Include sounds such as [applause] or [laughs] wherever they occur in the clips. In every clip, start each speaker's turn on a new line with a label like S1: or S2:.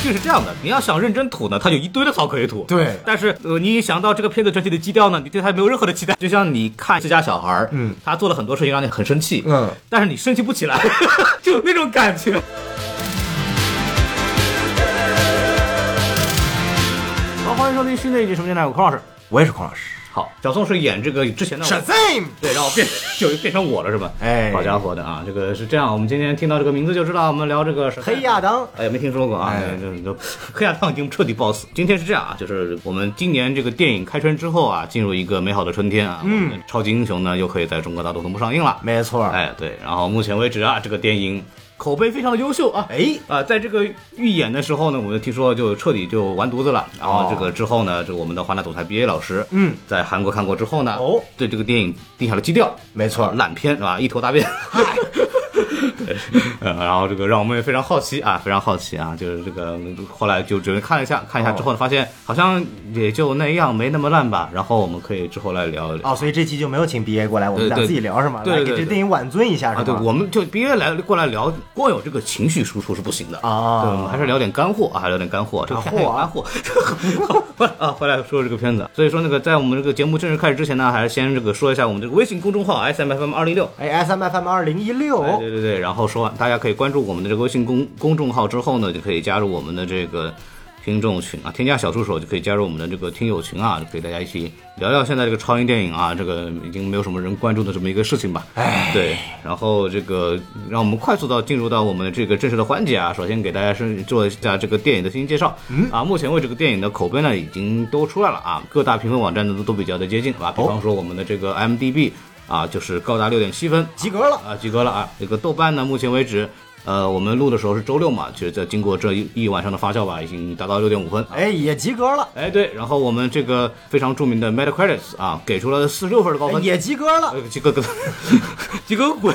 S1: 剧是这样的，你要想认真吐呢，它有一堆的槽可以吐。
S2: 对
S1: 但是呃，你想到这个片子整体的基调呢，你对它没有任何的期待。就像你看自家小孩，
S2: 嗯，
S1: 他做了很多事情让你很生气，
S2: 嗯，
S1: 但是你生气不起来， [laughs] 就那种感觉。
S3: 好，欢迎收听新的一集什么电台，我孔老师。
S2: 我也是孔老师。
S1: 好，小宋是演这个之前的我
S2: Shazam！
S1: 对，然后变就变成我了是吧？
S2: 哎
S1: 好家伙的啊，这个是这样，我们今天听到这个名字就知道我们聊这个是
S2: 黑亚当，
S1: 哎，没听说过啊，
S2: 哎
S1: 这这黑亚当已经彻底爆死。 [laughs] 今天是这样啊，就是我们今年这个电影开春之后啊，进入一个美好的春天啊，嗯，超级英雄呢又可以在中国大陆同步上映了。
S2: 没错。
S1: 哎，对，然后目前为止啊，这个电影口碑非常的优秀啊。
S2: 哎，
S1: 啊，在这个预演的时候呢，我们听说就彻底就完犊子了。然后
S2: 哦
S1: 这个之后呢，这个我们的华纳总裁 B A 老师，
S2: 嗯，
S1: 在韩国看过之后呢，
S2: 哦，
S1: 对这个电影定下了基调，
S2: 没错。
S1: 烂片是吧？一头大便。对 [laughs] 嗯，然后这个让我们也非常好奇啊，非常好奇啊，就是这个后来就只能看了一下，看一下之
S2: 哦
S1: 后呢，发现好像也就那样，没那么烂吧。然后我们可以之后来聊一聊。
S2: 哦，所以这期就没有请 BA 过来，我们俩
S1: 对对
S2: 自己聊是吗？
S1: 对对
S2: 来给
S1: 对
S2: 这电影挽尊一下
S1: 啊，
S2: 是
S1: 对，
S2: 吗？
S1: 我们就别来过来聊，光有这个情绪输出是不行的
S2: 啊
S1: 对，我们还是聊点干货啊，聊点干货，这个
S2: 啊货啊
S1: 干货 [laughs] 啊，回来说说这个片子。所以说那个在我们这个节目正式开始之前呢，还是先这个说一下我们这个微信公众号 S M F M 二零六。
S2: 哎，S M F M 二零一六，
S1: 哎，对对对，然后说完，大家可以关注我们的这个微信公公众号之后呢，就可以加入我们的这个听众群啊，添加小助手就可以加入我们的这个听友群啊，就可以大家一起聊聊现在这个超英电影啊，这个已经没有什么人关注的这么一个事情吧。哎，对，然后这个让我们快速到进入到我们这个正式的环节啊，首先给大家是做一下这个电影的进行介绍。嗯啊，目前为止这个电影的口碑呢已经都出来了啊，各大评分网站呢都都比较的接近
S2: 哦
S1: 啊，比方说我们的这个 m d b 啊，就是高达六点七分，
S2: 及格了。
S1: 啊，及格了啊！这个豆瓣呢，目前为止，呃，我们录的时候是周六嘛，其实在经过这一一晚上的发酵吧，已经达到六点五分。
S2: 哎，也及格了，
S1: 哎，对，然后我们这个非常著名的 Metacritic 啊，给出了四十六分的高
S2: 哎
S1: 分，
S2: 也及格了。
S1: 呃及格个及格个鬼，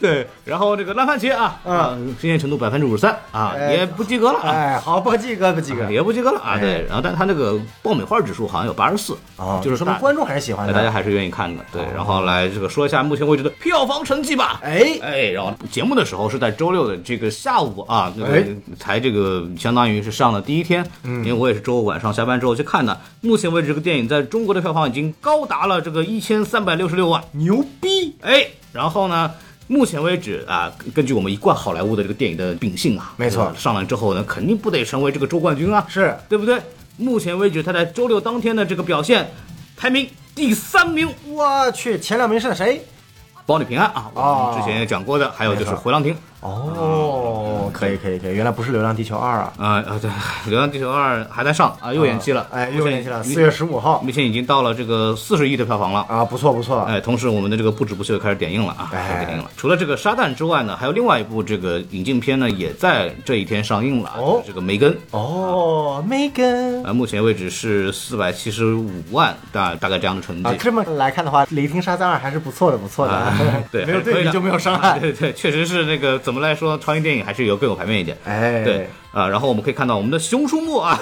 S1: 对，然后这个烂番茄啊，啊，实验程度百分之五十三啊，
S2: 嗯哎
S1: 也不及格了啊。
S2: 哎，好，不及格，不及格。
S1: 也不及格了啊，
S2: 哎
S1: 对，然后但它那个爆米花指数好像有八十四
S2: 哦，，
S1: 就是
S2: 说明
S1: 大
S2: 观众还是喜欢
S1: 哎
S2: 的。
S1: 大家还是愿意看的，对，然后来这个说一下目前为止的票房成绩吧。
S2: 哦哎
S1: 哎，然后节目的时候是在周六的这个下午啊，那个
S2: 哎嗯
S1: 才这个相当于是上了第一天，因为我也是周五晚上下班之后去看的。目前为止，这个电影在中国的票房已经高达了这个一千三百六十六万，
S2: 牛逼，
S1: 哎，然后呢？目前为止啊，根据我们一贯好莱坞的这个电影的秉性啊，
S2: 没错
S1: 呃上来之后呢，肯定不得成为这个周冠军啊，
S2: 是
S1: 对不对？目前为止，他在周六当天的这个表现，排名第三名，
S2: 我去，前两名是谁？
S1: 保你平安啊！我
S2: 哦
S1: 们之前也讲过的，还有就是
S2: 没错
S1: 回浪亭嗯
S2: 哦，可以可以可以，原来不是《流浪地球二》啊，
S1: 啊啊，对，《流浪地球二》还在上啊，又延期了，
S2: 哎，又延期了，
S1: 目前
S2: 四月十五号
S1: 目前已经到了这个四十亿的票房了。
S2: 啊，不错不错，
S1: 哎，同时我们的这个不止不休也开始点映了啊，
S2: 哎
S1: 开始点映了。除了这个《沙旦》之外呢，还有另外一部这个引进片呢，也在这一天上映了啊，
S2: 哦
S1: 就是这个《梅根》
S2: 哦，梅根
S1: 啊，目前为止是四百七十五万大大概这样的成绩 [laughs]
S2: 啊，。这么来看的话，《雷霆沙赞二》还是不错的，不错 [laughs] 的
S1: 啊，对
S2: 没有
S1: 还是可以
S2: 对
S1: 的
S2: 比就没有伤害。
S1: 对对，确实是那个怎么来说，超英电影还是有更有排面一点。
S2: 哎，
S1: 对，啊，然后我们可以看到我们的《熊出没》啊，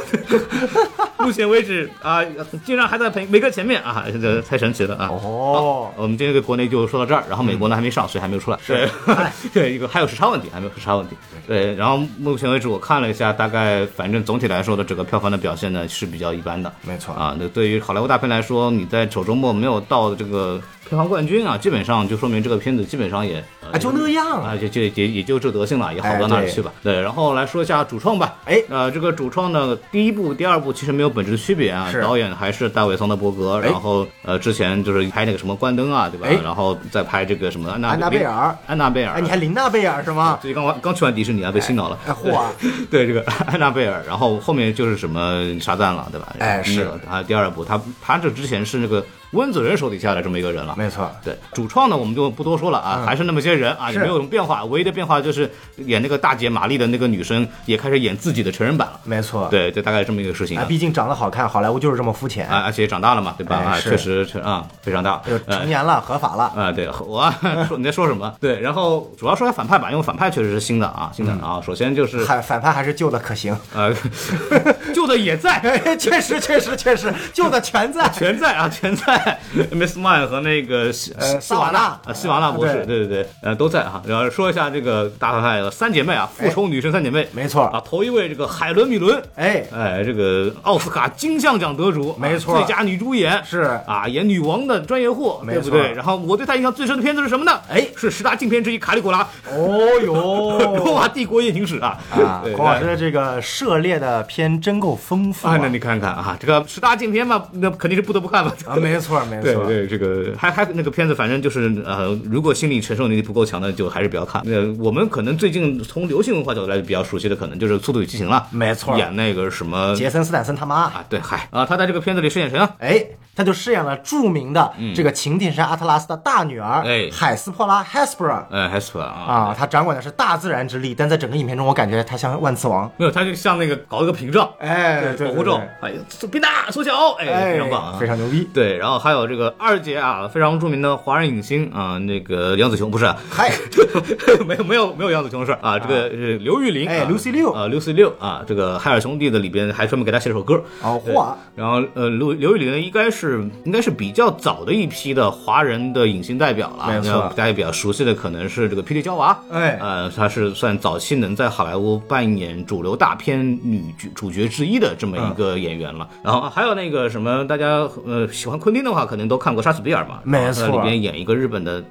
S1: [laughs] 目前为止啊，竟然还在梅梅哥前面啊，这个太神奇了啊！
S2: 哦，
S1: 我们今天的国内就说到这儿，然后美国呢还没上，所以还没有出来。对， [laughs] 对，一个还有时差问题，还没有时差问题。对，然后目前为止我看了一下，大概反正总体来说的整个票房的表现呢是比较一般的。
S2: 没错
S1: 啊，那对于好莱坞大片来说，你在首周末没有到这个票房冠军啊，基本上就说明这个片子基本上也呃
S2: 啊，就那样，
S1: 啊，就就也也就这德行了，也好不到
S2: 哎
S1: 哪儿
S2: 对
S1: 去吧。对，然后来说一下主创吧。
S2: 哎
S1: 呃，这个主创呢，第一部、第二部其实没有本质的区别啊。
S2: 是
S1: 导演还是大卫桑德伯格，
S2: 哎
S1: 然后呃，之前就是拍那个什么关灯啊，对吧？
S2: 哎
S1: 然后再拍这个什么安娜
S2: 安娜贝尔，
S1: 安娜贝尔。
S2: 哎，你还林娜贝尔是吗？
S1: 最近刚完刚去完迪士尼啊，被洗脑了。
S2: 哎，嚯啊，
S1: 对这个安娜贝尔，然后后面就是什么沙赞了，对吧？
S2: 哎是
S1: 啊，他第二部他他这之前是那个温子仁手底下的这么一个人了，
S2: 没错，
S1: 对，主创呢，我们就不多说了啊，还是那么些人啊，也
S2: 是
S1: 没有什么变化。唯一的变化就是演那个大姐玛丽的那个女生也开始演自己的成人版了。
S2: 没错，，
S1: 对，对，大概这么一个事情啊。
S2: 啊，毕竟长得好看，好莱坞就是这么肤浅，
S1: 啊，而且也长大了嘛，对吧？
S2: 哎
S1: 啊，
S2: 是
S1: 确实是啊，非常大。
S2: 就
S1: 呃
S2: 成年了，合法了，
S1: 啊，对我说你在说什么？ [laughs] 对，然后主要说下反派吧，因为反派确实是新的啊，新的啊。首先就是
S2: 反反派还是旧的可行， [laughs]
S1: 呃， [laughs] 旧的也在，
S2: 哎，确实确实确实，旧的全
S1: [laughs]
S2: 在，
S1: 全在啊，全在
S2: [laughs]
S1: Miss Man 和那个西
S2: 呃，萨瓦纳
S1: 啊，西瓦纳博士，
S2: 对
S1: 对对对，呃，都在哈。然后说一下这个大反派三姐妹啊，复仇女神三姐妹，
S2: 哎没错
S1: 啊，头一位这个海伦米伦，
S2: 哎，
S1: 哎，这个奥斯卡金像奖得主，啊
S2: 没错
S1: 最佳女主演
S2: 是
S1: 啊，演女王的专业户，
S2: 没
S1: 对不
S2: 错
S1: 对？然后我对她印象最深的片子是什么呢？
S2: 哎
S1: 是十大禁片之一《卡里古 [laughs] 拉：
S2: 哦
S1: 罗
S2: 哟
S1: 马帝国夜行史》啊，
S2: 啊
S1: [laughs] 对，
S2: 孔老师的这个涉猎的片真够丰富
S1: 啊，
S2: 啊
S1: 那你看看啊，这个十大禁片嘛，那肯定是不得不看嘛。
S2: 啊，没错没
S1: 对
S2: 错，
S1: 对，这个还还那个片子，反正就是呃，如果心理承受能力不够强的，就还是不要看。呃，我们可能最近从流行文化角度来比较熟悉的，可能就是《速度与激情》了，
S2: 没错
S1: 演那个什么
S2: 杰森斯坦森他妈。
S1: 啊，对，嗨啊，他在这个片子里饰演谁啊？
S2: 哎，他就饰演了著名的这个情定山阿特拉斯的大女儿，
S1: 嗯哎
S2: 海斯珀拉 （Hespera）
S1: 呃 h e s p e r 啊。
S2: 啊，她掌管的是大自然之力，但在整个影片中，我感觉她像万磁王。
S1: 没有，他就像那个搞一个屏障，
S2: 哎
S1: 对
S2: 对
S1: 保
S2: 对
S1: 护罩
S2: 对，
S1: 哎，变大缩小，哎，
S2: 哎，
S1: 非常棒啊
S2: 非！常牛逼。
S1: 对，然后还有这个二姐啊，非常著名的华人影星啊、那个杨紫琼不是，啊
S2: 嗨，
S1: [laughs] 没有没有没有杨紫琼的事儿啊，这个是刘玉玲，
S2: 哎
S1: 啊
S2: Lucy Liu
S1: 啊，刘 C 六啊，这个海尔兄弟的里边还专门给他写了首歌。
S2: 哦，
S1: 对
S2: 嚯，
S1: 然后呃，刘刘玉玲应该是应该是比较早的一批的华人的影星代表了，
S2: 没错
S1: 那大家比较熟悉的可能是这个霹雳娇娃，
S2: 哎
S1: 呃，她是算早期能在好莱坞扮演主流大片女主主角之一的这么一
S2: 嗯
S1: 个演员了。然后还有那个什么，大家呃喜欢昆汀的话，可能都看过《杀死比尔》嘛，
S2: 没错
S1: 她里边演一个日本的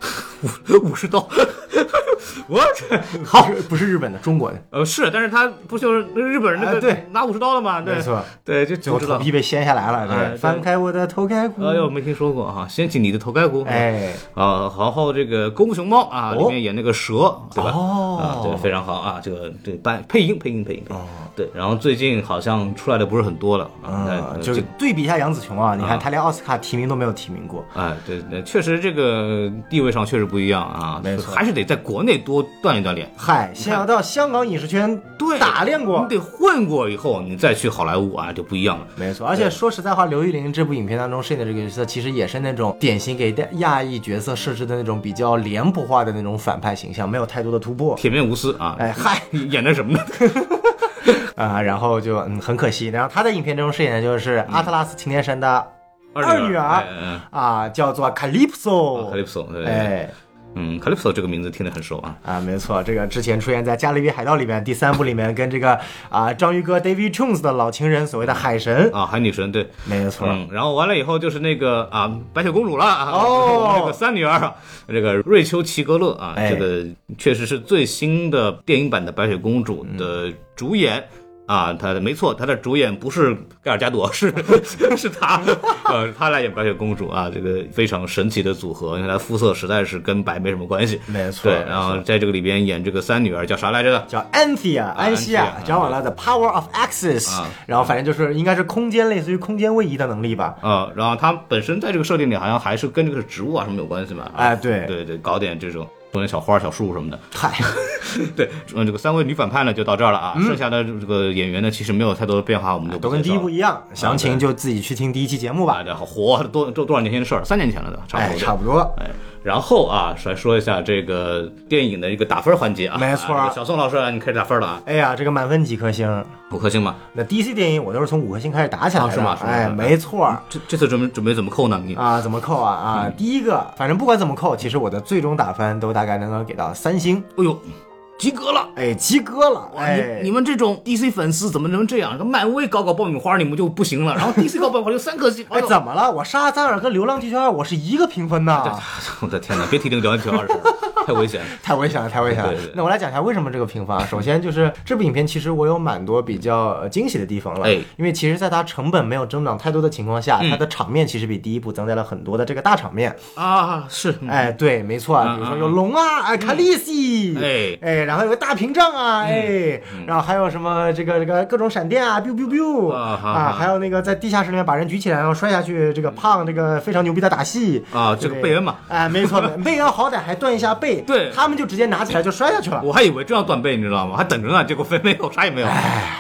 S1: 武武士刀， [laughs] 我去，
S2: [laughs] 好，哦不是不是日本的，中国的，
S1: 呃是，但是他不就是那个日本人那个
S2: 哎对
S1: 拿武士刀了吗？对
S2: 没错，
S1: 对，就
S2: 最后
S1: 就知
S2: 头
S1: 道。
S2: 皮被掀下来了，
S1: 哎
S2: 对
S1: 对
S2: 翻开我的头盖骨。
S1: 哎呦，没听说过啊！掀起你的头盖骨。
S2: 嗯哎，
S1: 啊，然后这个《功夫熊猫》啊，里
S2: 哦
S1: 面演那个蛇，对吧？
S2: 哦
S1: 啊，对，非常好啊！这个对，扮配音，配音，配音，配音。对，然后最近好像出来的不是很多了啊，
S2: 哦嗯，
S1: 那这
S2: 就是对比一下杨紫琼啊，你
S1: 啊
S2: 看她连奥斯卡提名都没有提名过。
S1: 哎，对，那确实这个地位上确实不一样啊，
S2: 没错
S1: 还是得在国内多锻炼锻炼。
S2: 嗨，先要到香港影视圈
S1: 对嗯
S2: 打练过
S1: 你，得混过以后，你再去好莱坞啊，就不一样了。
S2: 没错，而且说实在话，刘玉玲这部影片当中饰演的这个角色，其实也是那种典型给亚裔角色设置的那种比较脸谱化的那种反派形象，没有太多的突破。
S1: 铁面无私啊，
S2: 哎嗨
S1: [laughs] 演的什么呢？
S2: 啊、然后就嗯很可惜，然后她在影片中饰演的就是阿特拉斯擎天山的二女
S1: 女
S2: 儿
S1: 哎哎
S2: 啊、叫做
S1: 哎
S2: Calypso。
S1: ，Calypso，对，
S2: 哎
S1: 嗯，Calypso 这个名字听得很熟啊。
S2: 啊，没错，这个之前出现在《加勒比海盗》里面第三部里面，跟这个啊章鱼哥 David Jones 的老情人所谓的海神，
S1: 啊，海女神
S2: [laughs]
S1: 对，
S2: 没错，
S1: 嗯，然后完了以后就是那个啊，白雪公主了啊，
S2: 哦
S1: 我们这个三女儿啊，这个瑞秋·齐格勒啊，
S2: 哎
S1: 这个确实是最新的电影版的白雪公主
S2: 嗯
S1: 的主演。啊，她的没错，她的主演不是盖尔加朵，
S2: [laughs]
S1: 是是她，呃，她来演白雪公主啊，这个非常神奇的组合，因为她肤色实在是跟白没什么关系。
S2: 没错，
S1: 对，
S2: 没
S1: 然
S2: 错
S1: 后在这个里边演这个三女儿叫啥来着的？
S2: 叫 Anthea 安西亚
S1: 安西亚，
S2: 讲完了 The Power of Axis，、
S1: 啊
S2: 然后反正就是应该是空间类似于空间位移的能力吧。
S1: 啊、然后它本身在这个设定里好像还是跟这个植物啊什么有关系吧？
S2: 哎对
S1: 对对，搞点这种种点小花、小树什么的。
S2: 嗨，
S1: [laughs] 对，嗯，这个三位女反派呢就到这儿了啊，剩下的这个演员呢其实没有太多的变化，我们就不
S2: 嗯都跟
S1: 介绍
S2: 第一
S1: 了
S2: 部一样，详情就自己去听第一期节目吧
S1: 啊，。对，好活多多多少年前的事儿，三年前了的，差不
S2: 哎，
S1: 多。
S2: 差不多。
S1: 哎，然后啊，来说一下这个电影的一个打分环节啊，
S2: 没错
S1: 啊这个小宋老师，你开始打分了啊，
S2: 哎呀，这个满分几颗星？
S1: 五颗星吧。
S2: 那 DC 电影我都是从五颗星开始打起来
S1: 啊
S2: 的，
S1: 是吗是吗
S2: 哎，没错。
S1: 这这次准备准备怎么扣呢？你
S2: 啊，怎么扣啊
S1: 嗯
S2: 啊！第一个，反正不管怎么扣，其实我的最终打分都大概能够给到三星，
S1: 哎呦，及格了。
S2: 哎，及格了，
S1: 哇，
S2: 哎，
S1: 你你们这种 DC 粉丝怎么能这样？漫威搞搞爆米花你们就不行了，然后 DC 搞爆米花就三颗星。
S2: 哎
S1: 呦
S2: 怎么了？我沙赞尔跟流浪地球二我是一个评分呐，
S1: [laughs] 我的天哪，别提这个聊天二十，太危险了。
S2: [laughs] 太危险了，太危险了
S1: 对对对。
S2: 那我来讲一下为什么这个评分
S1: [laughs]
S2: 啊。首先就是这部影片，其实我有蛮多比较呃惊喜的地方了。
S1: 哎嗯
S2: 因为其实在它成本没有增长太多的情况下，它的场面其实比第一部增加了很多的这个大场面。
S1: 啊，是，
S2: 哎，对，没错，比如说有龙啊，哎，卡利西，
S1: 嗯哎嗯
S2: 哎，然后有个大屏障啊，哎，然后还有什么这个这个各种闪电啊，biu biu biu
S1: 啊哈
S2: 啊
S1: 哈，
S2: 还有那个在地下室里面把人举起来然后摔下去，这个胖这个非常牛逼的打戏
S1: 啊这个
S2: 对
S1: 贝恩嘛 [laughs]
S2: 哎，没错，贝恩好歹还断一下背，背，
S1: 对
S2: 他们就直接拿起来就摔下去了。
S1: 我还以为正要断背，你知道吗？还等着呢，结果非没有，啥也没有。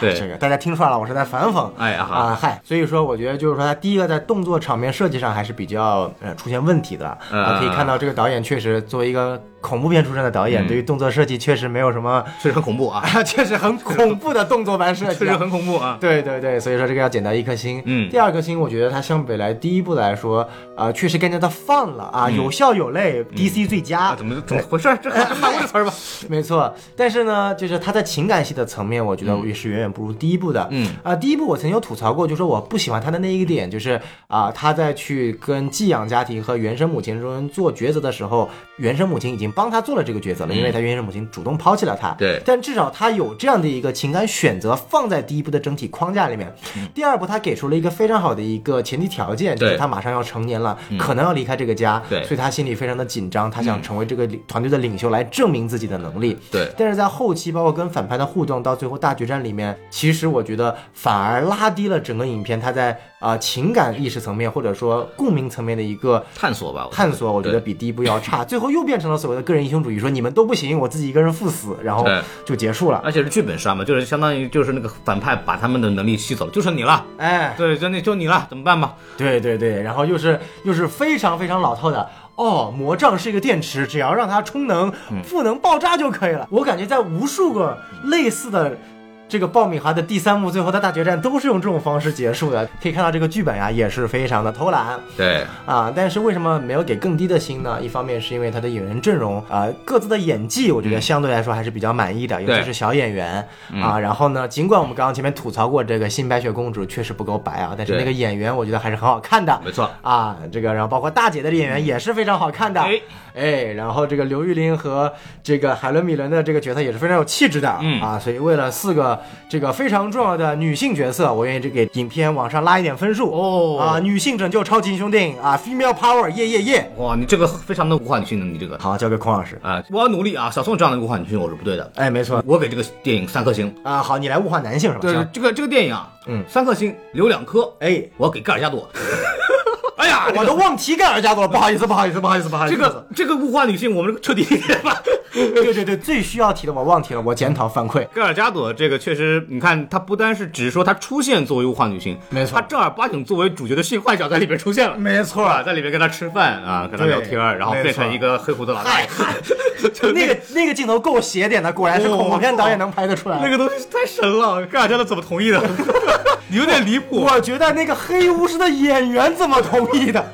S1: 对，
S2: 这个大家听出来了，我是在反讽。
S1: 哎呀
S2: 啊嗨，所以说我觉得就是说，他第一个在动作场面设计上还是比较呃出现问题的啊、
S1: 嗯嗯
S2: 可以看到这个导演确实作为一个恐怖片出身的导演，对于动作设计确实没有什么， [laughs]
S1: 确实很恐怖 [laughs] 啊，
S2: 啊，确实很恐怖的动作版设
S1: [laughs] 确实
S2: 计、啊。
S1: 很恐怖啊。
S2: 对对对，所以说这个要减到一颗星。
S1: 嗯
S2: 第二颗星，我觉得它相比来第一部来说，啊、确实更加的放了
S1: 嗯
S2: 啊，有笑有泪、d c 最佳。
S1: 啊，怎么怎么回事？这 [laughs] 还真骂过这词儿吧？
S2: [laughs] 没错，但是呢，就是他在情感戏的层面，我觉得也是远远不如第一部的。
S1: 嗯
S2: 啊、第一部我曾经有吐槽过，就说我不喜欢他的那一个点，就是啊、他在去跟寄养家庭和原生母亲中做抉择的时候，原生母亲已经帮他做了这个抉择了，因为他原生母亲主动抛弃了他。
S1: 嗯对
S2: 但至少他有这样的一个情感选择放在第一部的整体框架里面。第二部他给出了一个非常好的一个前提条件，就是
S1: 嗯对嗯
S2: 他马上要成年了，可能要离开这个家，
S1: 对
S2: 所以他心里非常的紧张，他想成为这个领团队的领袖来证明自己的能力。
S1: 对
S2: 但是在后期，包括跟反派的互动，到最后大决战里面，其实我觉得反而拉低了整个影片它在啊、呃情感意识层面或者说共鸣层面的一个
S1: 探索吧，我
S2: 探索，我觉得比第一部要差。最后又变成了所谓的个人英雄主义，说你们都不行，我自己一个人赴死，然后
S1: 对
S2: 就结束了。
S1: 而且是剧本杀嘛，就是相当于就是那个反派把他们的能力吸走了，就剩你了。
S2: 哎，
S1: 对，就那就你了，怎么办吧？
S2: 对对对，然后又是又是非常非常老套的。哦，魔杖是一个电池，只要让它充能，赋能爆炸就可以了。我感觉在无数个类似的这个爆米花的第三幕最后的大决战都是用这种方式结束的。可以看到这个剧本呀、也是非常的偷懒
S1: 对，
S2: 啊。但是为什么没有给更低的星呢？一方面是因为他的演员阵容啊、各自的演技我觉得相对来说还是比较满意的，尤其
S1: 嗯对嗯
S2: 是小演员啊。然后呢，尽管我们刚刚前面吐槽过这个新白雪公主确实不够白啊，但是
S1: 对
S2: 那个演员我觉得还是很好看的。
S1: 没错。嗯
S2: 啊，这个然后包括大姐的演员也是非常好看的，
S1: 哎
S2: 哎，然后这个刘玉玲和这个海伦米伦的这个角色也是非常有气质的，
S1: 嗯
S2: 啊，所以为了四个这个非常重要的女性角色，我愿意这给影片往上拉一点分数
S1: 哦
S2: 啊，女性拯救超级英雄电影啊，female power，耶耶耶！
S1: 哇，你这个非常的无话女性的，你这个
S2: 好，交给孔老师，
S1: 啊，我要努力啊！小宋这样的无话女性我是不对的，
S2: 哎，没错
S1: 我给这个电影三颗星。
S2: 啊，好，你来物化男性是吧？
S1: 对
S2: 行，，
S1: 这个这个电影啊，
S2: 嗯
S1: 三颗星留两颗，
S2: 哎，
S1: 我要给盖尔加 [laughs] 朵。哎呀，
S2: 我都忘提盖尔加 [laughs] 朵了，不好意思，不好意思，不好意思，不好意思，
S1: 这
S2: [laughs]
S1: 个这个物化女性，我们彻底一点吧。
S2: 对对对，最需要提的我忘提了，我检讨反馈，
S1: [laughs] 盖尔加朵这个确实，你看她不单是只是说她出现作为物化女性，
S2: 没错
S1: 她正儿八经作为主角的性幻想在里边出现了。
S2: 没错 [laughs]
S1: 啊，在里边跟她吃饭啊，跟她
S2: 对
S1: 聊天，然后
S2: 没错
S1: 变成一个黑胡子老大爷， [laughs] 就
S2: 那个那个镜头够邪点的，果然是恐怖片导演能拍得出 [laughs] 来。
S1: 那个东西太神了，盖尔加朵怎么同
S2: [laughs]
S1: 意的？有点离谱，
S2: 我觉得那个黑巫师的演员怎么同意的？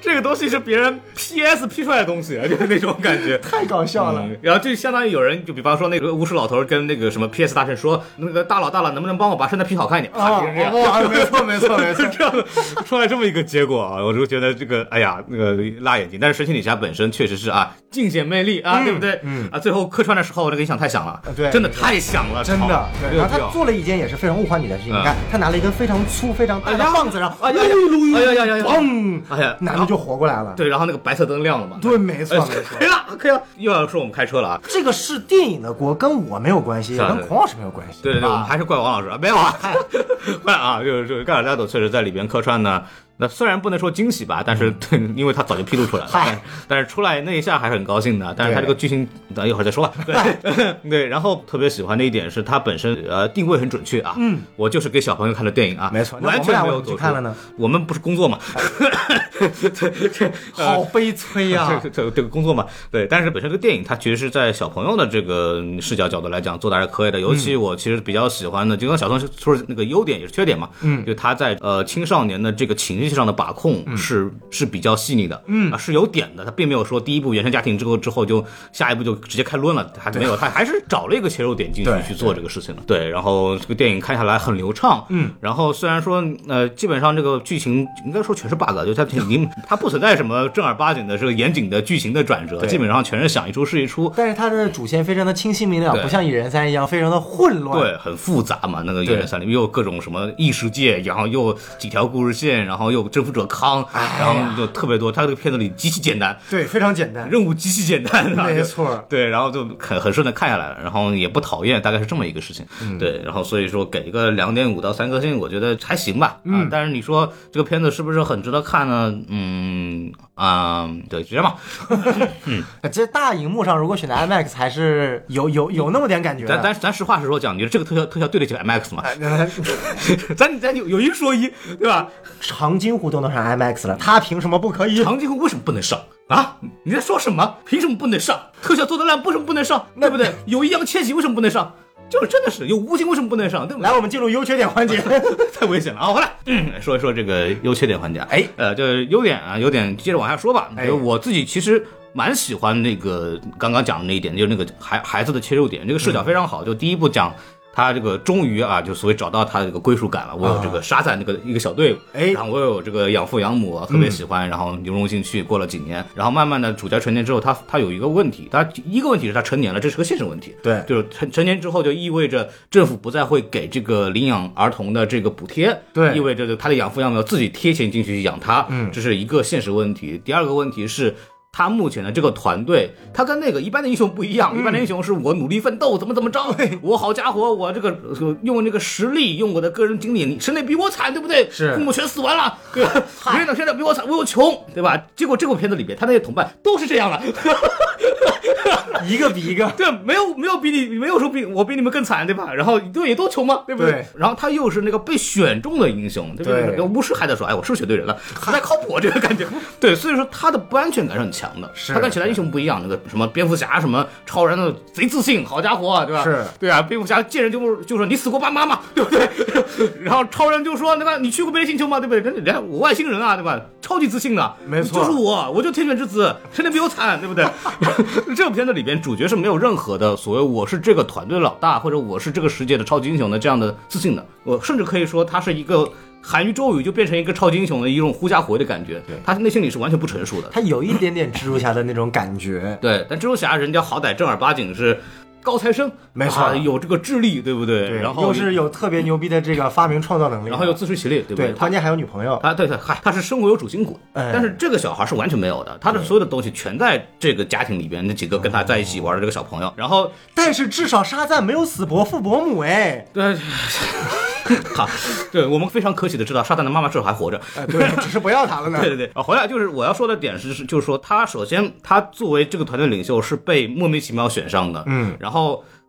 S1: 这个东西是别人 PS P 出来的东西，就是那种感觉。
S2: [laughs] 太搞笑了。
S1: 嗯，然后就相当于有人，就比方说那个巫师老头跟那个什么 PS 大神说，那个大佬大佬能不能帮我把身材 P 好看一点？
S2: 啊，
S1: 啊，就是这样。
S2: 哇没错没
S1: [laughs]
S2: 错没错
S1: 就，这样出来这么一个结果啊，我就觉得这个，哎呀，那个辣眼睛。但是神奇女侠本身确实是啊，尽显魅力啊，对不对？嗯啊，最后客串的时候那个音响太响了，
S2: 啊对
S1: 真的太响了，
S2: 真的
S1: 操。
S2: 对，
S1: 没有
S2: 然
S1: 必
S2: 后他
S1: 要嗯
S2: 做了一件也是非常物化你的事情，你看他拿了一根非常粗非常大的
S1: 哎呀
S2: 棒子，然后
S1: 哎呀
S2: 哎呦
S1: 哎呀呀呀呀
S2: 砰，
S1: 哎呀
S2: 男的就活过来了。
S1: 对，然后那个白色灯亮了嘛，
S2: 对，没错
S1: 哎，
S2: 没错
S1: 可以。了，可以了，又要说我们开车了啊。
S2: 这个是电影的锅，跟我没有关系，也
S1: 是啊
S2: 跟
S1: 对
S2: 孔老师没有关系。
S1: 对对对，我们
S2: 啊
S1: 还是怪王老师啊，没有
S2: [laughs]
S1: 啊，怪啊，就是就是盖尔加朵确实在里边客串呢。那虽然不能说惊喜吧，但是 [laughs] 对，因为他早就披露出来了，但
S2: 嗯嗨
S1: 是但是出来那一下还是很高兴的。但是他这
S2: 对
S1: 个剧情，等一会儿再说吧。对 [laughs] 对，然后特别喜欢的一点是他本身呃定位很准确啊，嗯，我就是给小朋友看的电影啊，
S2: 没错那
S1: 完
S2: 我们俩
S1: 全没
S2: 为
S1: 有
S2: 什么去
S1: 走出
S2: 看了呢。
S1: 我们不是工作嘛， [laughs]
S2: 好悲催啊呀
S1: 呃这。这这个工作嘛，对，但是本身这个电影它其实是在小朋友的这个视角角度来讲做的还是可以的，尤其我其实比较喜欢的，就跟小宋说的那个优点也是缺点嘛，嗯，就他在呃青少年的这个情绪上的把控是、是比较细腻的，嗯、啊，是有点的，他并没有说第一部原生家庭之后之后就下一步就直接开抡了，还没有，他还是找了一个切入点进去
S2: 对
S1: 去做这个事情了，对，然后这个电影看下来很流畅，嗯，然后虽然说呃基本上这个剧情应该说全是 bug，就它已经 [laughs] 它不存在什么正儿八经的这个严谨的剧情的转折，
S2: 对
S1: 基本上全是想一出是一出，
S2: 但是他的主线非常的清晰明了，
S1: 对
S2: 不像《蚁人三》一样非常的混乱。
S1: 对，很复杂嘛。那个《
S2: 对
S1: 原神》里面又有各种什么异世界，然后又几条故事线，然后又征服者康，
S2: 哎
S1: 然后就特别多。它这个片子里极其简单，
S2: 对，非常简单。
S1: 任务极其简单，
S2: 没错
S1: 对，然后就很很顺的看下来了，然后也不讨厌，大概是这么一个事情，
S2: 嗯
S1: 对，然后所以说给一个两点五到三颗啊星，我觉得还行吧，嗯、但是你说这个片子是不是很值得看呢？嗯，啊、对，直接吧，
S2: 这呃大荧幕上如果选择 IMAX 还是有有有那么点感觉
S1: 咱
S2: 的。
S1: 咱咱实话实说讲，你说这个特效特效对得起 IMAX 吗？[laughs]
S2: 咱
S1: 咱咱有有一说一，对吧？
S2: [laughs] 长津湖都能上 IMAX 了，他凭什么不可以？
S1: 长津湖为什么不能上啊？你在说什么？凭什么不能上？特效做得烂，为什么不能上？对不对？有易烊千玺为什么不能上？就是真的是有吴京为什么不能上？对不对
S2: [laughs] 来，？我们进入优缺点环 [laughs] 节。
S1: [laughs] 太危险了啊！回来，嗯，说一说这个优缺点环节。哎，呃，就是优点啊，优点接着往下说吧。
S2: 哎
S1: 就我自己其实蛮喜欢那个刚刚讲的那一点，就是那个孩孩子的切入点，这个视角非常好。就第一部讲。他这个终于啊，就所谓找到他的这个归属感了。我有这个沙赞那个一个小队伍，
S2: 哎
S1: 然后我有这个养父养母啊，特别喜欢，然后流入进去。过了几年，然后慢慢的主角成年之后，他他有一个问题，他一个问题是他成年了，这是个现实问题。
S2: 对
S1: 就是成成年之后就意味着政府不再会给这个领养儿童的这个补贴，
S2: 对
S1: 意味着他的养父养母要自己贴钱进去养他，嗯，这是一个现实问题。第二个问题是。他目前的这个团队，他跟那个一般的英雄不一样。一般的
S2: 嗯
S1: 英雄是我努力奋斗，怎么怎么着，我好家伙，我这个呃用这个实力，用我的个人经历，你身体比我惨，对不对？
S2: 是
S1: 父母全死完了，对 [laughs] 吧？别人的现在比我惨，我又穷，对吧？结果这部片子里边，他那些同伴都是这样的，
S2: 一个比一个，
S1: 对，没有没有比你没有说比我比你们更惨，对吧？然后对也都穷嘛，对不对？
S2: 对
S1: 然后他又是那个被选中的英雄，对不对？
S2: 对
S1: 巫师还在说，哎，我是不是选对
S2: [laughs]
S1: 人了，不太靠谱这个感觉。对，所以说他的不安全感是很强的，
S2: 是
S1: 他跟其他英雄不一样，那个什么蝙蝠侠什么超人的贼自信，好家伙、啊，对吧？
S2: 是
S1: 对啊，蝙蝠侠见人就就说你死过爸妈吗？对不对？ [laughs] 然后超人就说对吧？你去过别的星球吗？对不对？人家我外星人啊，对吧？超级自信的，
S2: 没错
S1: 就是我，我就天选之子，谁能比我惨，对不
S2: [laughs]
S1: 对？这部片子里边，主角是没有任何的所谓我是这个团队的老大，或者我是这个世界的超级英雄的这样的自信的。我甚至可以说，他是一个韩语周语就变成一个超级英雄的一种狐假虎威的感觉。
S2: 对
S1: 他内心里是完全不成熟的。
S2: 他有一点点蜘蛛侠的那种感觉。
S1: 对，但蜘蛛侠人家好歹正儿八经是高材生，
S2: 没错
S1: 啊有这个智力，对不对？
S2: 对，
S1: 然后
S2: 又是有特别牛逼的这个发明创造能力，
S1: 然后又自食其力，对不
S2: 对，
S1: 他
S2: 关键还有女朋友。
S1: 啊，对对，嗨，他是生活有主心骨，
S2: 哎
S1: 但是这个小孩是完全没有的，他的所有的东西全在这个家庭里边那几个跟他在一起
S2: 哦
S1: 玩的这个小朋友，然后
S2: 但是至少沙赞没有死伯父伯母哎，
S1: 对，呃 [laughs] 好，对我们非常可喜的知道沙旦的妈妈至少还活着，
S2: [laughs] 哎对，只是不要他了呢
S1: 对对对，啊，回来就是我要说的点是，是就是说他首先他作为这个团队领袖是被莫名其妙选上的，
S2: 嗯，
S1: 然后。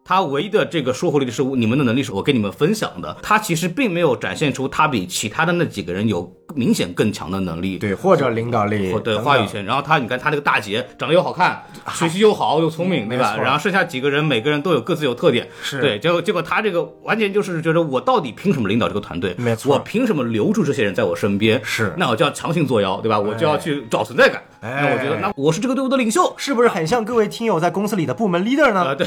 S1: 他唯一的这个说服力的是，你们的能力是我跟你们分享的。他其实并没有展现出他比其他的那几个人有明显更强的能力，
S2: 对，或者领导力
S1: 或，对
S2: 等等啊
S1: 话语，权。然后他，你看他那个大姐长得又好看，学习又好，又聪明，对吧
S2: 没？错
S1: 然后剩下几个人，每个人都有各自有特点，
S2: 是
S1: 对。结果结果他这个完全就是觉得我到底凭什么领导这个团队？
S2: 没错
S1: 我凭什么留住这些人在我身边？
S2: 是
S1: 那我就要强行作妖，对吧？我就要去找存在感。
S2: 哎
S1: 那我觉得，那我是这个队伍的领
S2: [laughs]
S1: 袖。
S2: 是不是很像各位听友在公司里的部门 leader
S1: 啊，
S2: 呢？
S1: 对，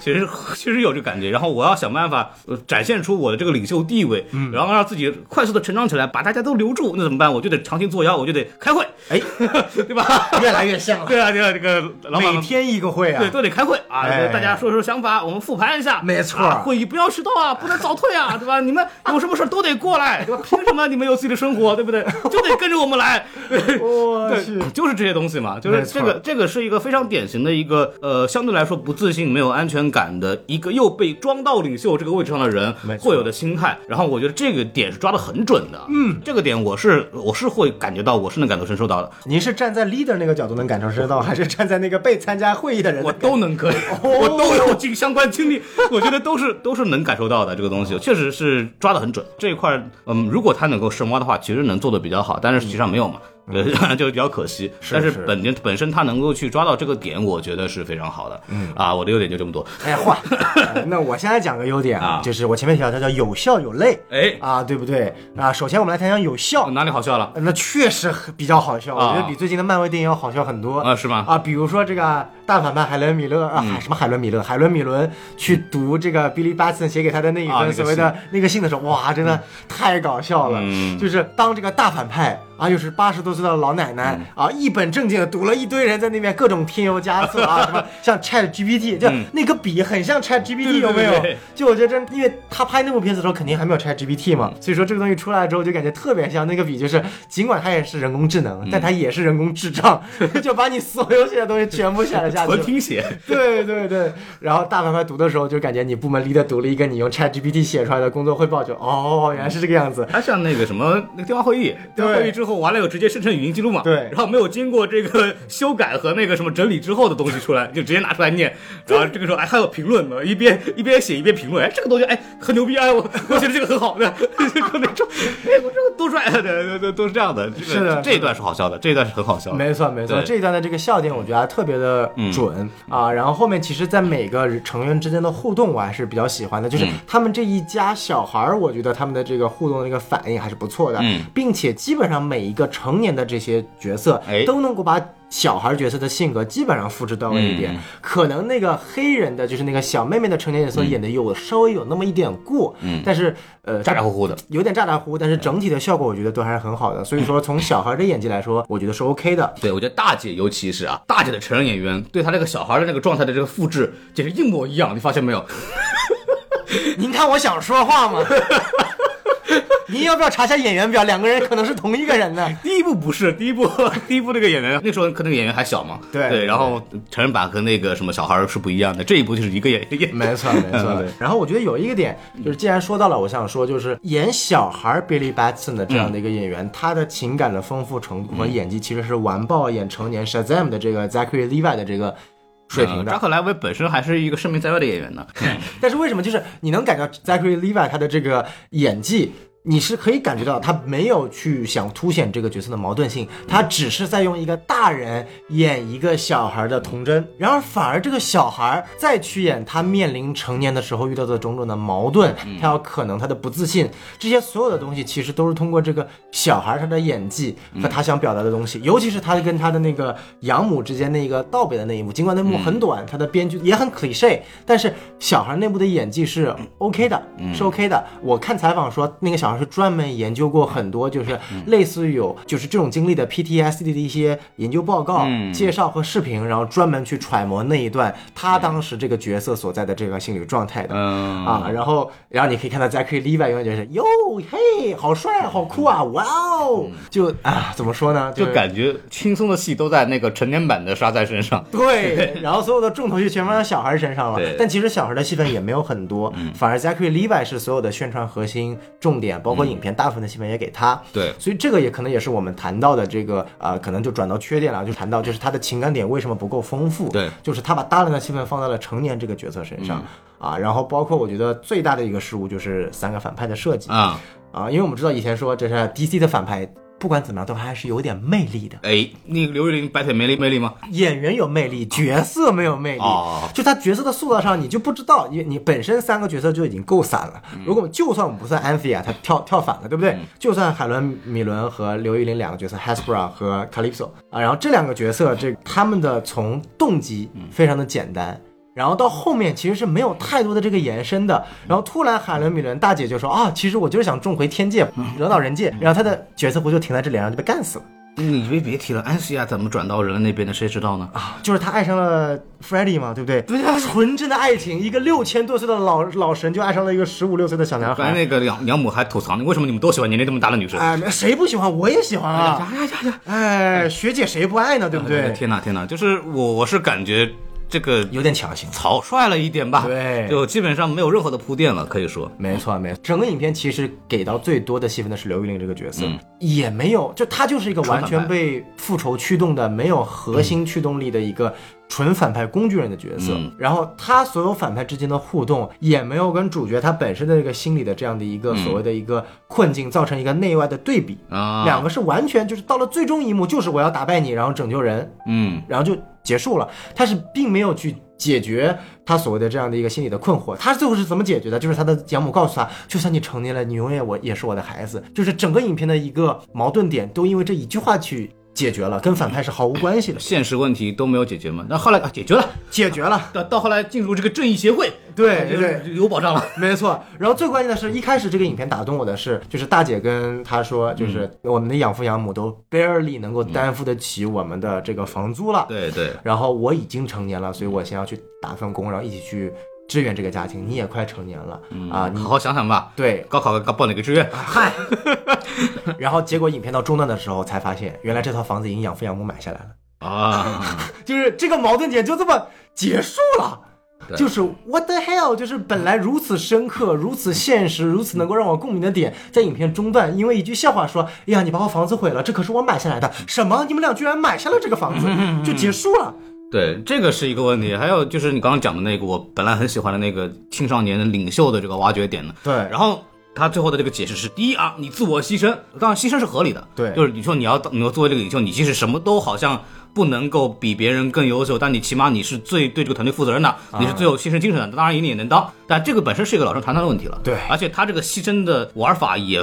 S1: 其实其实有这个感觉，然后我要想办法、呃展现出我的这个领袖地位，
S2: 嗯
S1: 然后让自己快速的成长起来，把大家都留住，那怎么办？我就得强行作妖，我就得开会，
S2: 哎，
S1: [laughs] 对吧？
S2: [laughs] 越来越像了，
S1: 对啊，对啊，这个老板
S2: 每
S1: 们。
S2: 天一个会啊
S1: 对，，都得开会啊！
S2: 哎
S1: 大家说说想法，我们复盘一下。
S2: 没错
S1: 啊会议不要迟到啊，不能早退啊，对吧？你们有什么事儿都得过来，对吧？凭什么你们有自己的生活，对不对？就得跟着我们来。对
S2: 我去
S1: 对，就是这些东西嘛，就是
S2: 没错
S1: 这个这个是一个非常典型的一个呃，相对来说不自信、没有安全感的一个又被装到领袖这个位置上的人
S2: 没错
S1: 会有的心态。然后我觉得这个点是抓的很准的，嗯，这个点我是我是会感觉到，我是能感同身受到的，
S2: 您是站在 leader 那个角度能感同身受，还是站在那个被参加会议的人
S1: 我
S2: 的？
S1: 都能可以， [laughs] 我都有经相关经历，我觉得都是都是能感受到的。这个东西确实是抓得很准，这一块儿，嗯，如果他能够深挖的话，其实能做的比较好，但是实际上没有嘛。 [laughs] 对，就比较可惜。
S2: 是
S1: 但嗯是
S2: 是
S1: 本身本身他能够去抓到这个点，我觉得是非常好的。嗯啊，我的优点就这么多。
S2: 哎，换、呃那我现在讲个优点
S1: 啊
S2: 就是我前面提到它叫有效有类
S1: 哎，
S2: 啊，对不对啊？首先我们来谈谈有效，
S1: 哪里好笑了？
S2: 呃那确实很比较好笑，
S1: 嗯啊
S2: 我觉得比最近的漫威电影要好笑很多
S1: 啊是吗嗯
S2: 啊，比如说这个大反派海伦米勒啊，海什么海伦米勒，海伦米伦去读这个 Billy Batson 写给他的那一
S1: 啊那个
S2: 封所谓的那个信的时候，哇，真的太搞笑了，
S1: 嗯
S2: 就是当这个大反派。啊，又是八十多岁的老奶奶、
S1: 嗯
S2: 啊，一本正经的读了一堆人在那边各种添油加醋啊，什么像 Chat GPT，就、
S1: 嗯
S2: 那个笔很像 Chat
S1: 对对
S2: GPT，有没有？
S1: 对对
S2: 就我觉得真，因为他拍那部片子的时候肯定还没有 Chat GPT 嘛，所以说这个东西出来之后就感觉特别像那个笔，就是尽管它也是人工智能，但它也是人工智障， [laughs] 就把你所有写的东西全部写
S1: [laughs]
S2: 了下去
S1: 纯。听写。
S2: [laughs] 对对对，然后大反派读的时候就感觉你部门 leader 读了一个你用 Chat GPT 写出来的工作汇报，就哦，原来是这个样子。
S1: 他像那个什么那个电话会议，电话
S2: 对
S1: 会议之后完了以后直接生成语音记录嘛，
S2: 对
S1: 然后没有经过这个修改和那个什么整理之后的东西出来，就直接拿出来念，然
S2: [laughs]
S1: 后这个时候哎还有评论呢，一边一边写一边评论，哎这个东西哎很牛逼哎我我觉得这个很好的，就那种哎我这个多帅啊，对对对都是这样的，这个
S2: 是的
S1: 这一段是好笑的，这一段是很好笑的，
S2: 没错没错，
S1: 对
S2: 这一段的这个笑点我觉得还特别的
S1: 嗯
S2: 准、啊。然后后面其实，在每个成员之间的互动，我还是比较喜欢的，就是
S1: 嗯
S2: 他们这一家小孩儿，我觉得他们的这个互动的这个反应还是不错的，
S1: 嗯
S2: 并且基本上每一个成年的这些角色
S1: 哎
S2: 都能够把。小孩角色的性格基本上复制到位一点，
S1: 嗯
S2: 可能那个黑人的，就是那个小妹妹的成年角色演的有、稍微有那么一点过，
S1: 嗯
S2: 但是呃，
S1: 咋咋呼呼的，
S2: 有点咋咋呼，但是整体的效果我觉得都还是很好的。所以说，从小孩的演技来说，我觉得是 OK 的。
S1: 对，我觉得大姐尤其是啊，大姐的成人演员对她那个小孩的那个状态的这个复制，简直一模一样，你发现没有？
S2: [laughs] 您看我想说话吗？ [laughs] 您要不要查一下演员表？两个人可能是同一个人呢。
S1: 第一部不是第一部， [laughs] 第一部那个演员那时候可能演员还小嘛，
S2: 对
S1: 对，然后成人版和那个什么小孩是不一样的，这一部就是一个演演
S2: 没错，没错。对然后我觉得有一个点，就是既然说到了，我想说，就是演小孩儿 Billy Batson 的这样的一个演员，他的情感的丰富程度和演技，其实是完爆演成年 Shazam 的这个 Zachary Levi 的这个水平
S1: 嗯
S2: 的
S1: 扎。克莱维本身还是一个声名在外的演员呢，
S2: 但是为什么就是你能感觉到 Zachary Levi 他的这个演技？你是可以感觉到他没有去想凸显这个角色的矛盾性，他只是在用一个大人演一个小孩的童真，然而反而这个小孩再去演他面临成年的时候遇到的种种的矛盾，他有可能他的不自信，这些所有的东西其实都是通过这个小孩他的演技和他想表达的东西，尤其是他跟他的那个养母之间那个道别的那一幕，尽管那幕很短，他的编剧也很 cliche，但是小孩内部的演技是 OK 的，是 OK 的。我看采访说，那个小孩是专门研究过很多，就是类似于有就是这种经历的 PTSD 的一些研究报告、介绍和视频，然后专门去揣摩那一段他当时这个角色所在的这个心理状态
S1: [laughs]
S2: 的。
S1: 嗯
S2: 啊，然后然后你可以看到 Zachary Levi 永远就是哟嘿，好帅，好酷啊，哇哦，就啊，怎么说
S1: [laughs]
S2: 呢，
S1: 嗯就是感觉轻松的戏都在那个成年版的沙赞身上，
S2: 对，然后所有的重头戏全放在小孩身上了
S1: 对。嗯
S2: 但其实小孩的戏份也没有很多，反而 Zachary Levi 是所有的宣传核心重点，包
S1: 嗯
S2: 括影片大部分的戏份也给他。
S1: 对
S2: 所以这个也可能也是我们谈到的这个呃，可能就转到缺点了，就谈到就是他的情感点为什么不够丰富。
S1: 对
S2: 就是他把大量的戏份放在了成年这个角色身上、
S1: 嗯
S2: 啊，然后包括我觉得最大的一个失误就是三个反派的设计
S1: 啊，
S2: 啊，因为我们知道以前说这是 DC 的反派。不管怎么样，都还是有点魅力的。
S1: 哎，那个刘玉玲白腿没力魅力吗？
S2: 演员有魅力，角色没有魅力。
S1: 哦
S2: 就他角色的塑造上，你就不知道，因为你本身三个角色就已经够散了。如果就算我们不算安菲亚，他跳跳反了，对不对？就算海伦米伦和刘玉玲两个角色，Hasbro 和 Calypso 啊，然后这两个角色，这他们的从动机非常的简单。然后到后面其实是没有太多的这个延伸的，然后突然海伦米伦大姐就说啊，其实我就是想重回天界，惹恼人界，然后她的角色不就停在这里，然后就被干死了。
S1: 你别别提了，安西亚怎么转到人类那边的，谁知道呢？
S2: 就是他爱上了 f r e d d y 嘛，对不对？对呀、纯真的爱情，一个六千多岁的老老神就爱上了一个十五六岁的小男
S1: 刚才
S2: 孩。
S1: 那个养养母还吐槽你，为什么你们都喜欢年龄这么大的女生？
S2: 哎，谁不喜欢？我也喜欢啊！
S1: 啊 [laughs] 呀呀呀！
S2: 哎，学姐谁不爱呢？对不对？
S1: 天哪天哪，就是我我是感觉这个
S2: 有点强行。
S1: 草率了一点吧，
S2: 对
S1: 就基本上没有任何的铺垫了，可以说，
S2: 没错，没错。整个影片其实给到最多的戏份的是刘玉玲这个角色，也没有，就她就是一个
S1: 嗯
S2: 完
S1: 纯
S2: 全
S1: 反派
S2: 被复仇驱动的、没有核心驱动力的一个纯反派工具人的角色。
S1: 嗯
S2: 然后她所有反派之间的互动，也没有跟主角他本身的这个心理的这样的一个所谓的一个困境造成一个内外的对比。
S1: 啊，
S2: 两个是完全就是到了最终一幕，就是我要打败你，然后拯救人，
S1: 嗯，
S2: 然后就结束了。他是并没有去解决他所谓的这样的一个心理的困惑。他最后是怎么解决的？就是他的养母告诉他，就算你成年了，你永远我也是我的孩子。就是整个影片的一个矛盾点都因为这一句话去解决了，跟反派是毫无关系的，
S1: 现实问题都没有解决嘛，那后来啊解决了，
S2: 解决了。
S1: 到到后来进入这个正义协会，
S2: 对
S1: 就
S2: 对，
S1: 就有保
S2: [laughs]
S1: 障了，
S2: 没错，然后最关键的是一开始这个影片打动我的是，就是大姐跟她说，就是我们的养父养母都 barely 能够担负得起我们的这个房租了，
S1: 对对，
S2: 然后我已经成年了，
S1: 嗯
S2: 所以我先要去打份工，然后一起去支援这个家庭。你也快成年了、啊，你
S1: 嗯好好想想吧，
S2: 对，
S1: 高考该报哪个志愿？
S2: 嗨。 [laughs] 然后结果影片到中段的时候才发现，原来这套房子已经养父养母买下来了，
S1: 啊， [laughs]
S2: 就是这个矛盾点就这么结束了。
S1: 对
S2: 就是 what the hell，就是本来如此深刻、如此现实、如此能够让我共鸣的点，在影片中段因为一句笑话说：“哎呀，你把我房子毁了，这可是我买下来的。”什么？你们俩居然买下了这个房子，就结束了。
S1: 对，这个是一个问题。还有就是你刚刚讲的那个，我本来很喜欢的那个青少年的领袖的这个挖掘点呢。
S2: 对
S1: 然后他最后的这个解释是：第一啊，你自我牺牲，当然牺牲是合理的。
S2: 对
S1: 就是你说你要你要作为这个领袖，你即使什么都好像不能够比别人更优秀，但你起码你是最对这个团队负责任的，
S2: 啊
S1: 你是最有牺牲精神的。当然，你也能当，但这个本身是一个老生常谈的问题了。
S2: 对
S1: 而且他这个牺牲的玩法也。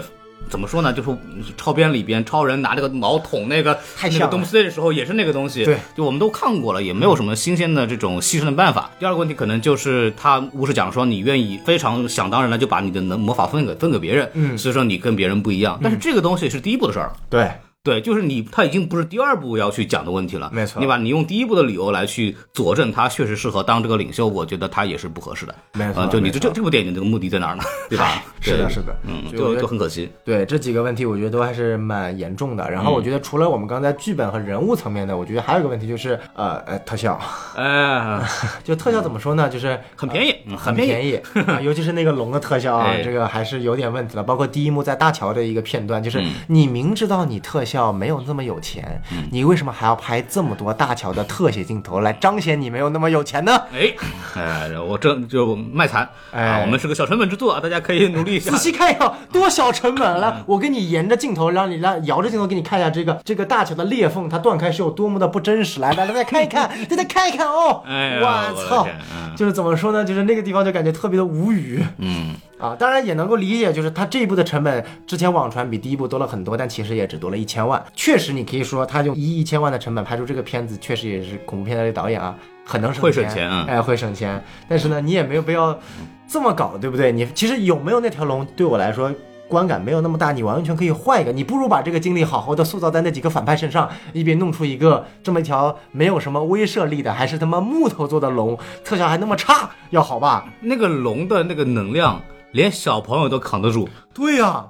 S1: 怎么说呢？就是超编里边，超人拿这个矛捅那个
S2: 太
S1: 那
S2: 像
S1: 个
S2: 了
S1: 东西的时候，也是那个东西。
S2: 对，
S1: 就我们都看过了，也没有什么新鲜的这种牺牲的办法。第二个问题可能就是他巫师讲说，你愿意非常想当然的就把你的能魔法分给分给别人，嗯，所以说你跟别人不一
S2: 嗯
S1: 样。但是这个东西是第一步的事儿了。
S2: 对，
S1: 对，就是你，他已经不是第二步要去讲的问题了。
S2: 没错
S1: 你把你用第一步的理由来去佐证他确实适合当这个领袖，我觉得他也是不合适的。
S2: 没错
S1: 啊就你
S2: 没
S1: 这
S2: 错
S1: 这这部电影的目的在哪儿呢？对吧？
S2: [laughs] 是的，
S1: 对
S2: 是的，
S1: 嗯，
S2: 所以我觉
S1: 就
S2: 得
S1: 就很可惜。
S2: 对这几个问题，我觉得都还是蛮严重的。然后
S1: 嗯
S2: 我觉得除了我们刚才剧本和人物层面的，我觉得还有一个问题就是，呃呃，特效， [laughs]
S1: 哎，
S2: 就特效怎么说呢？就是呃
S1: 很便宜，嗯很
S2: 很
S1: 便宜。
S2: 便
S1: [laughs]
S2: 宜，啊尤其是那个龙的特效啊
S1: 哎，
S2: 这个还是有点问题了。包括第一幕在大桥的一个片段，就是
S1: 嗯
S2: 你明知道你特效没有那么有钱，你为什么还要拍这么多大桥的特写镜头来彰显你没有那么有钱呢？
S1: 哎，哎，我这就卖惨啊！
S2: 哎
S1: 我们是个小成本制作啊，大家可以努力一下
S2: [laughs] 仔。细看一下，多小成本！
S1: 嗯
S2: 来，我给你沿着镜头，让你让摇着镜头给你看一下这个这个大桥的裂缝，它断开是有多么的不真实。来来来，再看一
S1: [laughs]
S2: 看，再再看一看哦！
S1: 哎呀
S2: 哇
S1: 我的
S2: 操
S1: 天嗯！
S2: 就是怎么说呢？就是那个地方就感觉特别的无语。
S1: 嗯，
S2: 啊，当然也能够理解，就是它这一部的成本，之前网传比第一部多了很多，但其实也只多了一千万。确实，你可以说他用一亿一千万的成本拍出这个片子，确实也是恐怖片的这个导演啊，很能省
S1: 会省钱啊
S2: 哎，会省钱。但是呢，你也没有必要这么搞，对不对？你其实有没有那条龙，对我来说。观感没有那么大，你完全可以换一个。你不如把这个精力好好的塑造在那几个反派身上，以便弄出一个这么一条没有什么威慑力的，还是他妈木头做的龙，特效还那么差，要好吧？
S1: 那个龙的那个能量，连小朋友都扛得住。 [laughs]
S2: 对呀、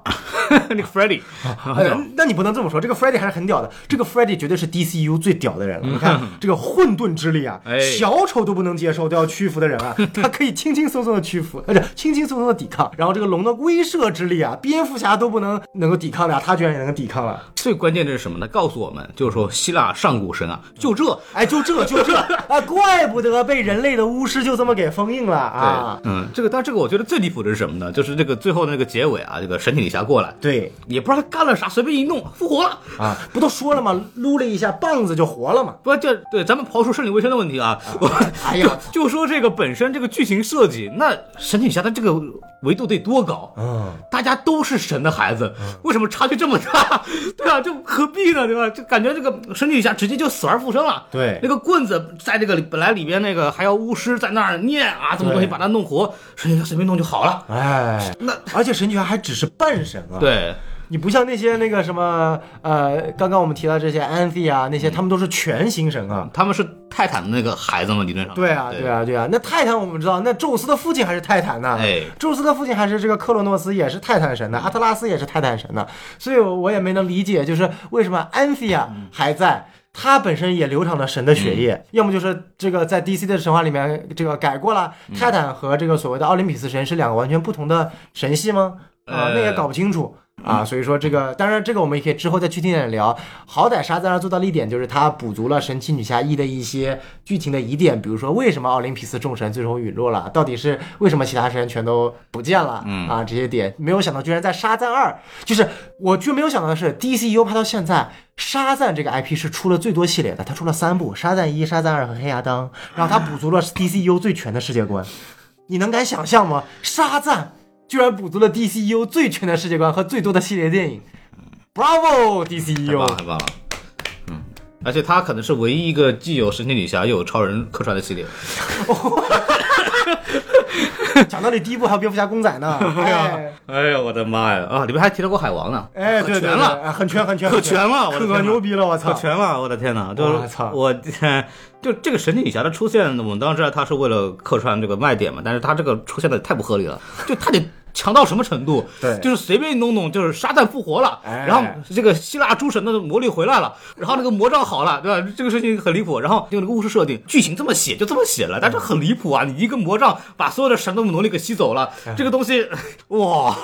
S1: 那个
S2: [laughs]
S1: Freddy，
S2: 哎，那你不能这么说，这个 Freddy 还是很屌的，这个 Freddy 绝对是 DCU 最屌的人了。你看这个混沌之力啊
S1: 哎，
S2: 小丑都不能接受都要屈服的人 [laughs] 啊，他可以轻轻松松的屈服，而且轻轻松松的抵抗。然后这个龙的威慑之力啊，蝙蝠侠都不能能够抵抗的、啊，他居然也能够抵抗了。
S1: 最关键的是什么呢？告诉我们，就是说希腊上古神啊，就这。
S2: 哎，就这就这 [laughs] 啊，怪不得被人类的巫师就这么给封印了啊！
S1: 嗯，这个，但这个我觉得最离谱的是什么呢？就是这个最后的那个结尾啊，这个神奇女侠过来，
S2: 对
S1: 也不知道他干了啥，随便一弄复活了。
S2: 啊，不都说了吗？撸了一下棒子就活了嘛。
S1: 不，这对咱们刨出生理卫生的问题啊，我
S2: 哎呀
S1: 就就说这个本身这个剧情设计，那神奇女侠的这个维度得多高？
S2: 嗯，
S1: 大家都是神的孩子，为什么差距这么大？对啊，就何必呢？对吧？就感觉这个神奇女侠直接就死而复生了。
S2: 对
S1: 那个棍子在这个里本来里边那个还要巫师在那儿念啊，怎么东西
S2: 对
S1: 把它弄活，神奇女侠随便弄就好了。
S2: 哎，
S1: 那
S2: 而且神爵还只是半神啊。。
S1: 对，
S2: 你不像那些那个什么呃，刚刚我们提到这些安 n 啊，那些他们都是全形神啊。
S1: 他们是泰坦的那个孩子嘛，理论上。
S2: 对啊，对啊，对啊。那泰坦我们知道，那宙斯的父亲还是泰坦呢。
S1: 哎
S2: 宙斯的父亲还是这个克洛诺斯，也是泰坦神呢。阿特拉斯也是泰坦神呢。所以我我也没能理解，就是为什么安 n 啊还在。他本身也流淌着神的血液，要么就是这个在 DC 的神话里面这个改过了，泰坦和这个所谓的奥林匹斯神是两个完全不同的神系吗？啊、
S1: 呃
S2: 那也搞不清楚啊。所以说这个，当然这个我们也可以之后再具体点聊。好歹沙赞尔做到了一点，就是他补足了神奇女侠一的一些剧情的疑点，比如说为什么奥林匹斯众神最终陨落了，到底是为什么其他神全都不见了、啊？这些点没有想到，居然在沙赞二，就是我居然没有想到的是，DCU 拍到现在。沙赞这个 IP 是出了最多系列的，它出了三部：沙赞一、沙赞二和黑亚当。然后它补足了 DCU 最全的世界观，你能敢想象吗？沙赞居然补足了 DCU 最全的世界观和最多的系列电影，Bravo E
S1: 太棒了，
S2: DCU！
S1: 太棒了。嗯，而且他可能是唯一一个既有神奇女侠又有超人客串的系列。
S2: 讲道理，第一部还有蝙蝠侠公仔呢，哎
S1: [laughs] 哎呀，我的妈呀！啊，里面还提到过海王呢。
S2: 哎，
S1: 可
S2: 对
S1: 全
S2: 对
S1: 了，
S2: 对，哎很全很全
S1: 可全了我的天哪
S2: 可牛逼了，我操
S1: 可！全了！我的天哪，就是
S2: 我操
S1: 我就这个神奇女侠的啊出现，我们当然知道她是为了客串这个卖点嘛，但是她这个出现的太不合理了，就她得强到什么程
S2: [laughs]
S1: 度？
S4: 对
S1: [laughs] 就是随便弄弄，就是撒旦复活了，
S4: 哎
S1: 然后这个希腊诸神的魔力回来了，然后那个魔杖好了，对吧？这个事情很离谱。然后用那个巫师设定，剧情这么写就这么写了，
S2: 嗯
S1: 但是很离谱啊！你一个魔杖把所有的神的魔力给吸走了，
S2: 嗯
S1: 这个东西，哇，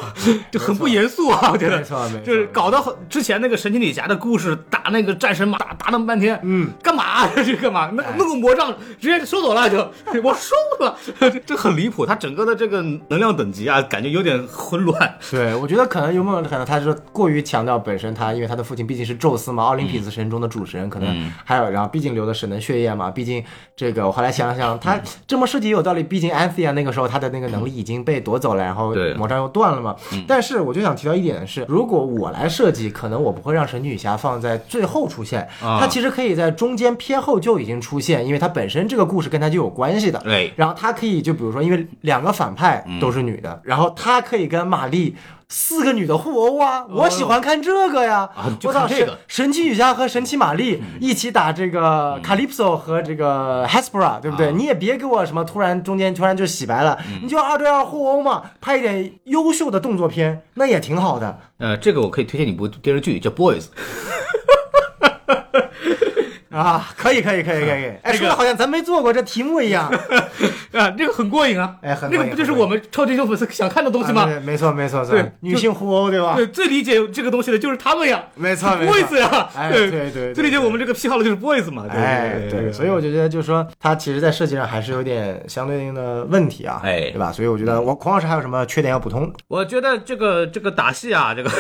S1: 就很不严肃啊！我觉得
S2: 没错没错
S1: 就是搞到很之前那个神奇女侠的故事，打那个战神马打打那么半天，嗯，哎干嘛 [laughs] 这是干嘛？那弄个魔杖直接收走了就，我收了， [laughs] 这这很离谱。它整个的这个能量等级啊，感觉有点混乱。
S2: 对，我觉得可能有没有可能，他是过于强调本身他，因为他的父亲毕竟是宙斯嘛，奥
S1: 嗯
S2: 林匹斯神中的主神，可能还有，然后毕竟流的神的血液嘛，毕竟这个我后来想了想，
S1: 嗯
S2: 他这么设计也有道理，毕竟安 n 亚那个时候他的那个能力已经被夺走了，然后
S1: 对嗯
S2: 魔杖又断了嘛。但是我就想提到一点的是，如果我来设计，可能我不会让神奇女侠放在最后出现，
S1: 啊
S2: 她其实可以在中间偏后就已经出现，因为她本身这个故事跟她就有关系的。
S1: 对
S2: 然后她可以就比如说，因为两个反派
S1: 嗯
S2: 都是女的，然后她可以跟玛丽。四个女的互殴啊！我喜欢看这个呀！
S1: 哦啊就
S2: 我
S1: 看
S2: 操，
S1: 这
S2: 神
S1: 个嗯
S2: 神奇女侠和神奇玛丽一起打这个 Calypso 和这个 Hespera，对不
S1: 啊
S2: 对？你也别给我什么突然中间突然就洗白了，
S1: 嗯
S2: 你就二对二互殴嘛，拍一点优秀的动作片，那也挺好的。
S1: 呃，这个我可以推荐你一部电视剧叫《Boys》，
S2: 啊，可以可以可以可以，哎，说的好像咱没做过这题目
S1: [laughs]
S2: 一样。
S1: 啊，这个很过瘾啊，
S2: 哎很
S1: 那
S2: 过瘾
S1: 个不就是我们超级英雄粉丝想看的东西
S2: 啊
S1: 吗？
S2: 对没错没错，
S1: 对
S2: 对，女性互殴对吧？
S1: 啊对，最理解这个东西的就是他们呀，
S2: 没错没错
S1: boys 呀，
S2: 哎对对对
S1: 最理解我们这个癖好的就是 boys 嘛，对
S2: 哎，对，所以我就觉得，就是说，它其实，在设计上还是有点相对应的问题啊，
S1: 哎
S2: 对吧？所以我觉得，我孔老师还有什么缺点要补充？
S1: 我觉得这个这个打戏啊，这个。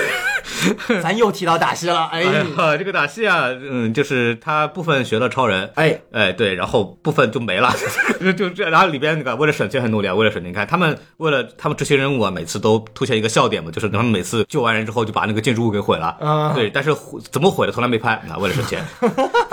S2: 咱又提到打戏了，哎，
S1: 哎呀，这个打戏啊，嗯，就是他部分学了超人，
S2: 哎，
S1: 哎，对，然后部分就没了， [laughs] 就就这，然后里边那个为了省钱很努力啊，为了省钱，你看他们为了他们执行任务啊，每次都凸显一个笑点嘛，就是他们每次救完人之后就把那个建筑物给毁了，
S2: 啊
S1: 对，但是毁怎么毁的从来没拍，啊，为了省钱，
S2: [laughs]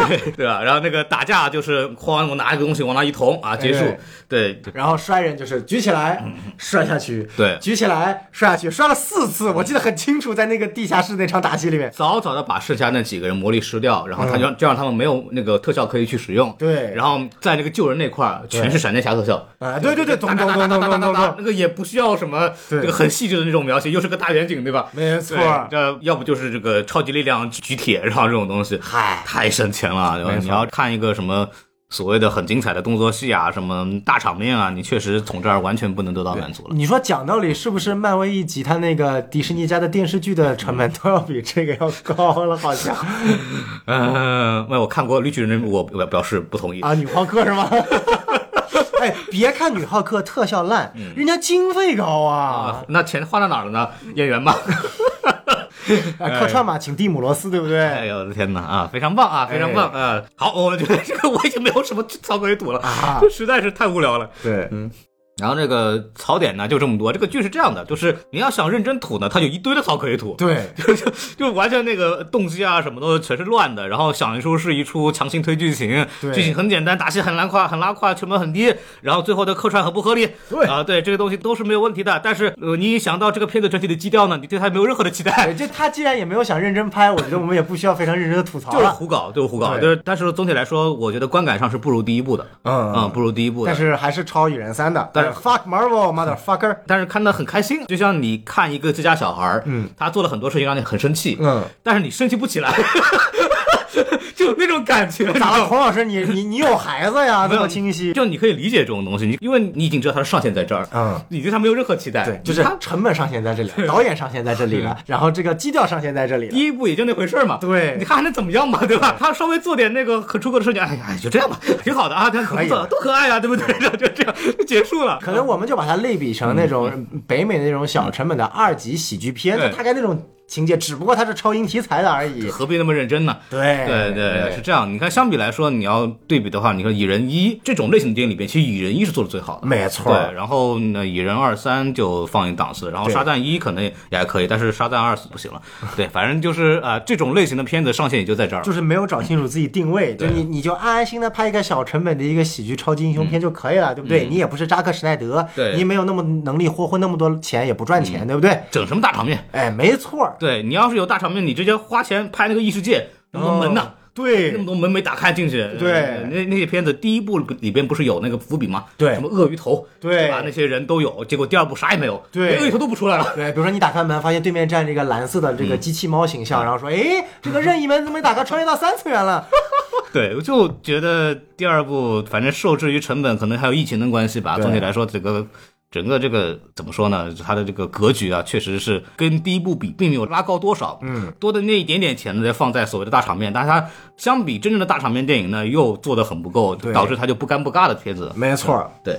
S1: 对对吧？然后那个打架就是哐，我拿一个东西往那一捅啊，结束
S2: 哎，
S1: 对，对
S2: 然后摔人就是举起来摔下去，
S1: 对
S2: 举起来摔下去，摔了四次，我记得很清楚，在那个地下室那场打戏里面，
S1: 早早的把剩下那几个人魔力吃掉，然后他就就让他们没有那个特效可以去使用。
S2: 嗯对
S1: 然后在那个救人那块儿，全是闪电侠特效。
S2: 啊，对对对，咚
S1: 哒
S2: 咚
S1: 哒哒哒
S2: 咚咚咚
S1: 哒
S2: 咚
S1: 哒
S2: 咚，
S1: 那个也不需要什么
S2: 对
S1: 这个很细致的那种描写，又是个大远景，对吧？
S2: 没
S1: 对
S2: 错，
S1: 这要不就是这个超级力量举铁，然后这种东西，
S2: 嗨，
S1: 太省钱了，对吧？
S2: 没错
S1: 你要看一个什么所谓的很精彩的动作戏啊，什么大场面啊，你确实从这儿完全不能得到满足了。
S2: 你说讲道理，是不是漫威一集它那个迪士尼家的电视剧的成本都要比这个要高了？好像
S1: 嗯，没有我看过《绿巨人》，我表表示不同意。
S2: 啊，女浩
S1: [laughs]
S2: 克是吗？哎，别看女浩克特效烂，人家经费高啊！
S1: 嗯啊，那钱花到哪儿了呢？演员吧。
S2: 哎客串嘛，请蒂姆·罗斯，对
S1: [laughs]
S2: 不
S1: 哎
S2: 对？
S1: 呦我的天哪啊，非常棒啊，
S2: 哎
S1: 非常棒啊！好，我觉得这个我已经没有什么槽可以吐了，
S2: 啊
S1: [laughs] 这实在是太无聊了。
S2: 对，
S1: 嗯然后这个槽点呢就这么多，这个剧是这样的，就是你要想认真吐呢，它有一堆的槽可以吐。 [laughs]
S2: 对，
S1: 就就就完全那个动机啊什么的全是乱的，然后想一出是一出，强行推剧情，
S2: 对
S1: 剧情很简单，打戏很拉胯，很拉胯，成本很低，然后最后的客串很不合理，
S2: 对
S1: 啊、对这个东西都是没有问题的，但是呃你一想到这个片子整体的基调呢，你对它没有任何的期待，
S2: 哎，就他既然也没有想认真拍，我觉得我们也不需要非常认真的吐槽
S1: 就是
S2: 了。
S1: 胡搞，就是胡搞，
S2: 对
S1: 就是但是总体来说，我觉得观感上是不如第一部的，
S2: 嗯
S1: 啊、不如第一部的。
S2: 但是还是超蚁人三的，哎
S1: 但是
S2: fuck Marvel motherfucker，
S1: 但是看得很开心，就像你看一个自家小孩儿，嗯，他做了很多事情让你很生气，
S2: 嗯，
S1: 但是你生气不起来， [laughs] 就有那种感觉，你知
S2: 咋
S1: 道
S2: 了，
S1: 吗
S2: 孔老师，你你你有孩子呀？
S1: [laughs] 没
S2: 这
S1: 有
S2: 么清晰，
S1: 就你可以理解这种东西，你因为你已经知道它的上限在这儿，
S2: 嗯，
S1: 你对它没有任何期待，
S2: 对，就是
S1: 它
S2: 成本上限在
S1: [laughs]
S2: 这里，导演上限在这里了，然后这个基调上限在这里
S1: 第
S2: 了。
S1: 一步也就那回事儿嘛，
S2: 对
S1: 你看还能怎么样嘛，对吧？他稍微做点那个很出格的事情，哎呀，就这样吧，挺好的啊，他
S2: 可以了
S1: 多可爱啊，对不对？然后 [laughs] 就这样就结束了，
S2: 可能我们就把它类比成那种北美那种小成本的二级喜剧片，
S1: 嗯对
S2: 就大概那种情节，只不过它是超英题材的而已。
S1: 何必那么认真呢？
S2: [laughs] 对
S1: 对对，是这样。你看，相比来说，你要对比的话，你看《蚁人一》这种类型的电影里边，其实《蚁人一》是做的最好的，
S2: 没错
S1: 对，然后呢，《蚁人二三》就放一档次，然后《
S2: 对
S1: 沙赞一》可能也还可以，但是《沙赞二》不行了。对，反正就是啊、呃这种类型的片子上限也就在这儿
S2: 就。是没有找清楚自己定位，就
S1: 对
S2: 你你就安安心的拍一个小成本的一个喜剧超级英雄片就可以了，对不对？你也不是扎克施耐德，
S1: 嗯对
S2: 你没有那么能力霍霍那么多钱，也不赚钱，对不对？
S1: 整什么大场面？
S2: 哎，没错儿，
S1: 对你要是有大场面，你直接花钱拍那个异世界，那么
S2: 哦
S1: 门呐，那么
S2: 对
S1: 多门没打开进去，
S2: 对
S1: 呃那那些片子第一部里边不是有那个伏笔吗？
S2: 对
S1: 什么鳄鱼头，
S2: 对
S1: 吧？那些人都有，结果第二部啥也没有，
S2: 对
S1: 连鳄鱼头都不出来
S2: [laughs]
S1: 了。
S2: 对，比如说你打开门，发现对面站着一个蓝色的这
S1: 嗯
S2: 个机器猫形象，然后说，哎，这个任意门怎么打开，穿越到三次元了？
S1: 对，我就觉得第二部反正受制于成本，可能还有疫情的关系吧。
S2: 对
S1: 总体来说，整个整个这个怎么说呢？它的这个格局啊，确实是跟第一部比并没有拉高多少。嗯，多的那一点点钱呢，放在所谓的大场面，但是它相比真正的大场面电影呢，又做的很不够，
S2: 对
S1: 导致它就不干不尬的片子。
S2: 没错，
S1: 对。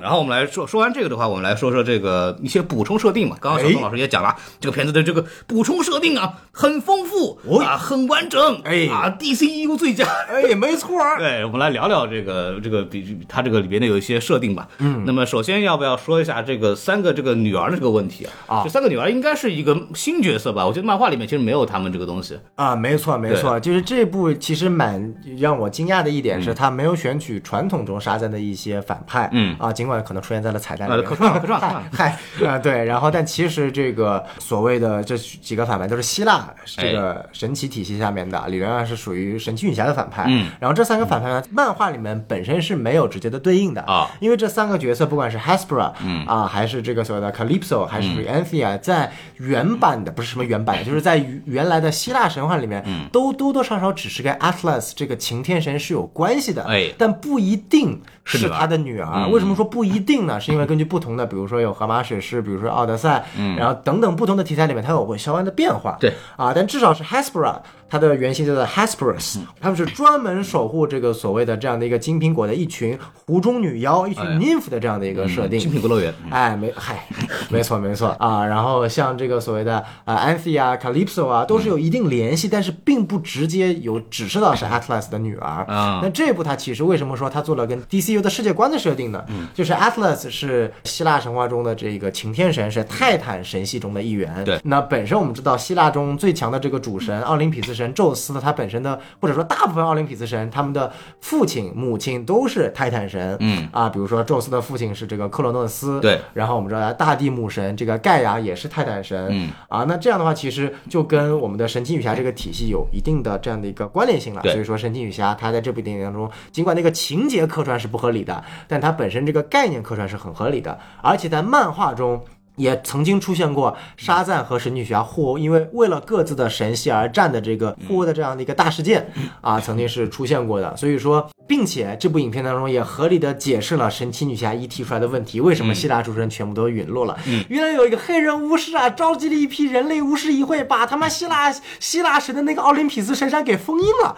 S1: 然后我们来说说完这个的话，我们来说说这个一些补充设定嘛。刚刚小宋老师也讲了，这个片子的这个补充设定啊，很丰富、
S2: 哦
S1: 啊，很完整，
S2: 哎
S1: 啊，DCU 最佳。
S2: 哎，没错，
S1: 对，我们来聊聊这个这个比它这个里边的有一些设定吧。嗯，那么首先要不要说一下这个三个这个女儿的这个问题啊？
S2: 啊
S1: 这三个女儿应该是一个新角色吧？我觉得漫画里面其实没有他们这个东西。
S2: 啊，没错没错，就是这部其实蛮让我惊讶的一点是，他没有选取传统中沙赞的一些反派，
S1: 嗯
S2: 啊，尽管可能出现在了彩蛋里
S1: 啊，
S2: 面，
S1: 客串了客串了客串
S2: [laughs] 嗨
S1: 了。
S2: 嗨，啊对，然后但其实这个所谓的这几个反派都是希腊这个神奇体系下面的，理论上是属于神奇女侠的反派。
S1: 嗯，
S2: 然后这三个反派呢，漫画里面本身是没有直接的对应的
S1: 啊，
S2: 因为这三个角色不管是 Hespera，嗯啊，还是这个所谓的 Calypso，还是
S1: 嗯
S2: Anthea，在原版的不是什么原版，就是在原来的希腊神话里面，
S1: 嗯
S2: 都多多少少只是跟 Atlas 这个擎天神是有关系的，
S1: 哎
S2: 但不一定
S1: 是
S2: 是
S1: 女儿嗯
S2: 他的女儿。为什么说不一定呢？是因为
S1: [laughs]
S2: 根据不同的，比如说有荷马史诗，比如说奥德赛，然后等等不同的题材里面，它有过相关的变化。
S1: 嗯对
S2: 啊，但至少是 Hespera，它的原型叫做 Hesperus，他们是专门守护这个所谓的这样的一个金苹果的一群湖中女妖、一群 nymph 的这样的一个设定。
S1: 新品游乐园。
S2: 哎，没嗨，没错没错啊。然后像这个所谓的呃 Anthe 啊、Calypso 啊，都是有一定联系，但是并不直接有指示到是 Atlas 的女儿。
S1: 啊
S2: 那这部它其实为什么说它做了跟 DCU 的世界观的设定呢？
S1: 嗯
S2: 就是 Atlas 是希腊神话中的这个擎天神，是泰坦神系中的一员。
S1: 对
S2: 那本身我们知道希腊中最强的这个主神奥林匹斯神宙斯呢，他本身的或者说大部分奥林匹斯神他们的父亲、母亲都是泰坦神。嗯啊，比如说宙斯的父亲是这个克罗诺
S1: [laughs]
S2: 斯，
S1: 对
S2: 然后我们知道大地母神这个盖亚也是泰坦神，嗯啊，那这样的话其实就跟我们的神奇女侠这个体系有一定的这样的一个关联性了。
S1: 对
S2: 所以说神奇女侠她在这部电影当中，尽管那个情节客串是不合理的，但它本身这个概念客串是很合理的，而且在漫画中。也曾经出现过沙赞和神奇女侠互殴，因为为了各自的神系而战的这个互殴的这样的一个大事件啊，曾经是出现过的。所以说，并且这部影片当中也合理的解释了神奇女侠一提出来的问题，为什么希腊诸神全部都陨落了？原来有一个黑人巫师啊，召集了一批人类巫师议会，把他妈希腊希腊神的那个奥林匹斯神山给封印了。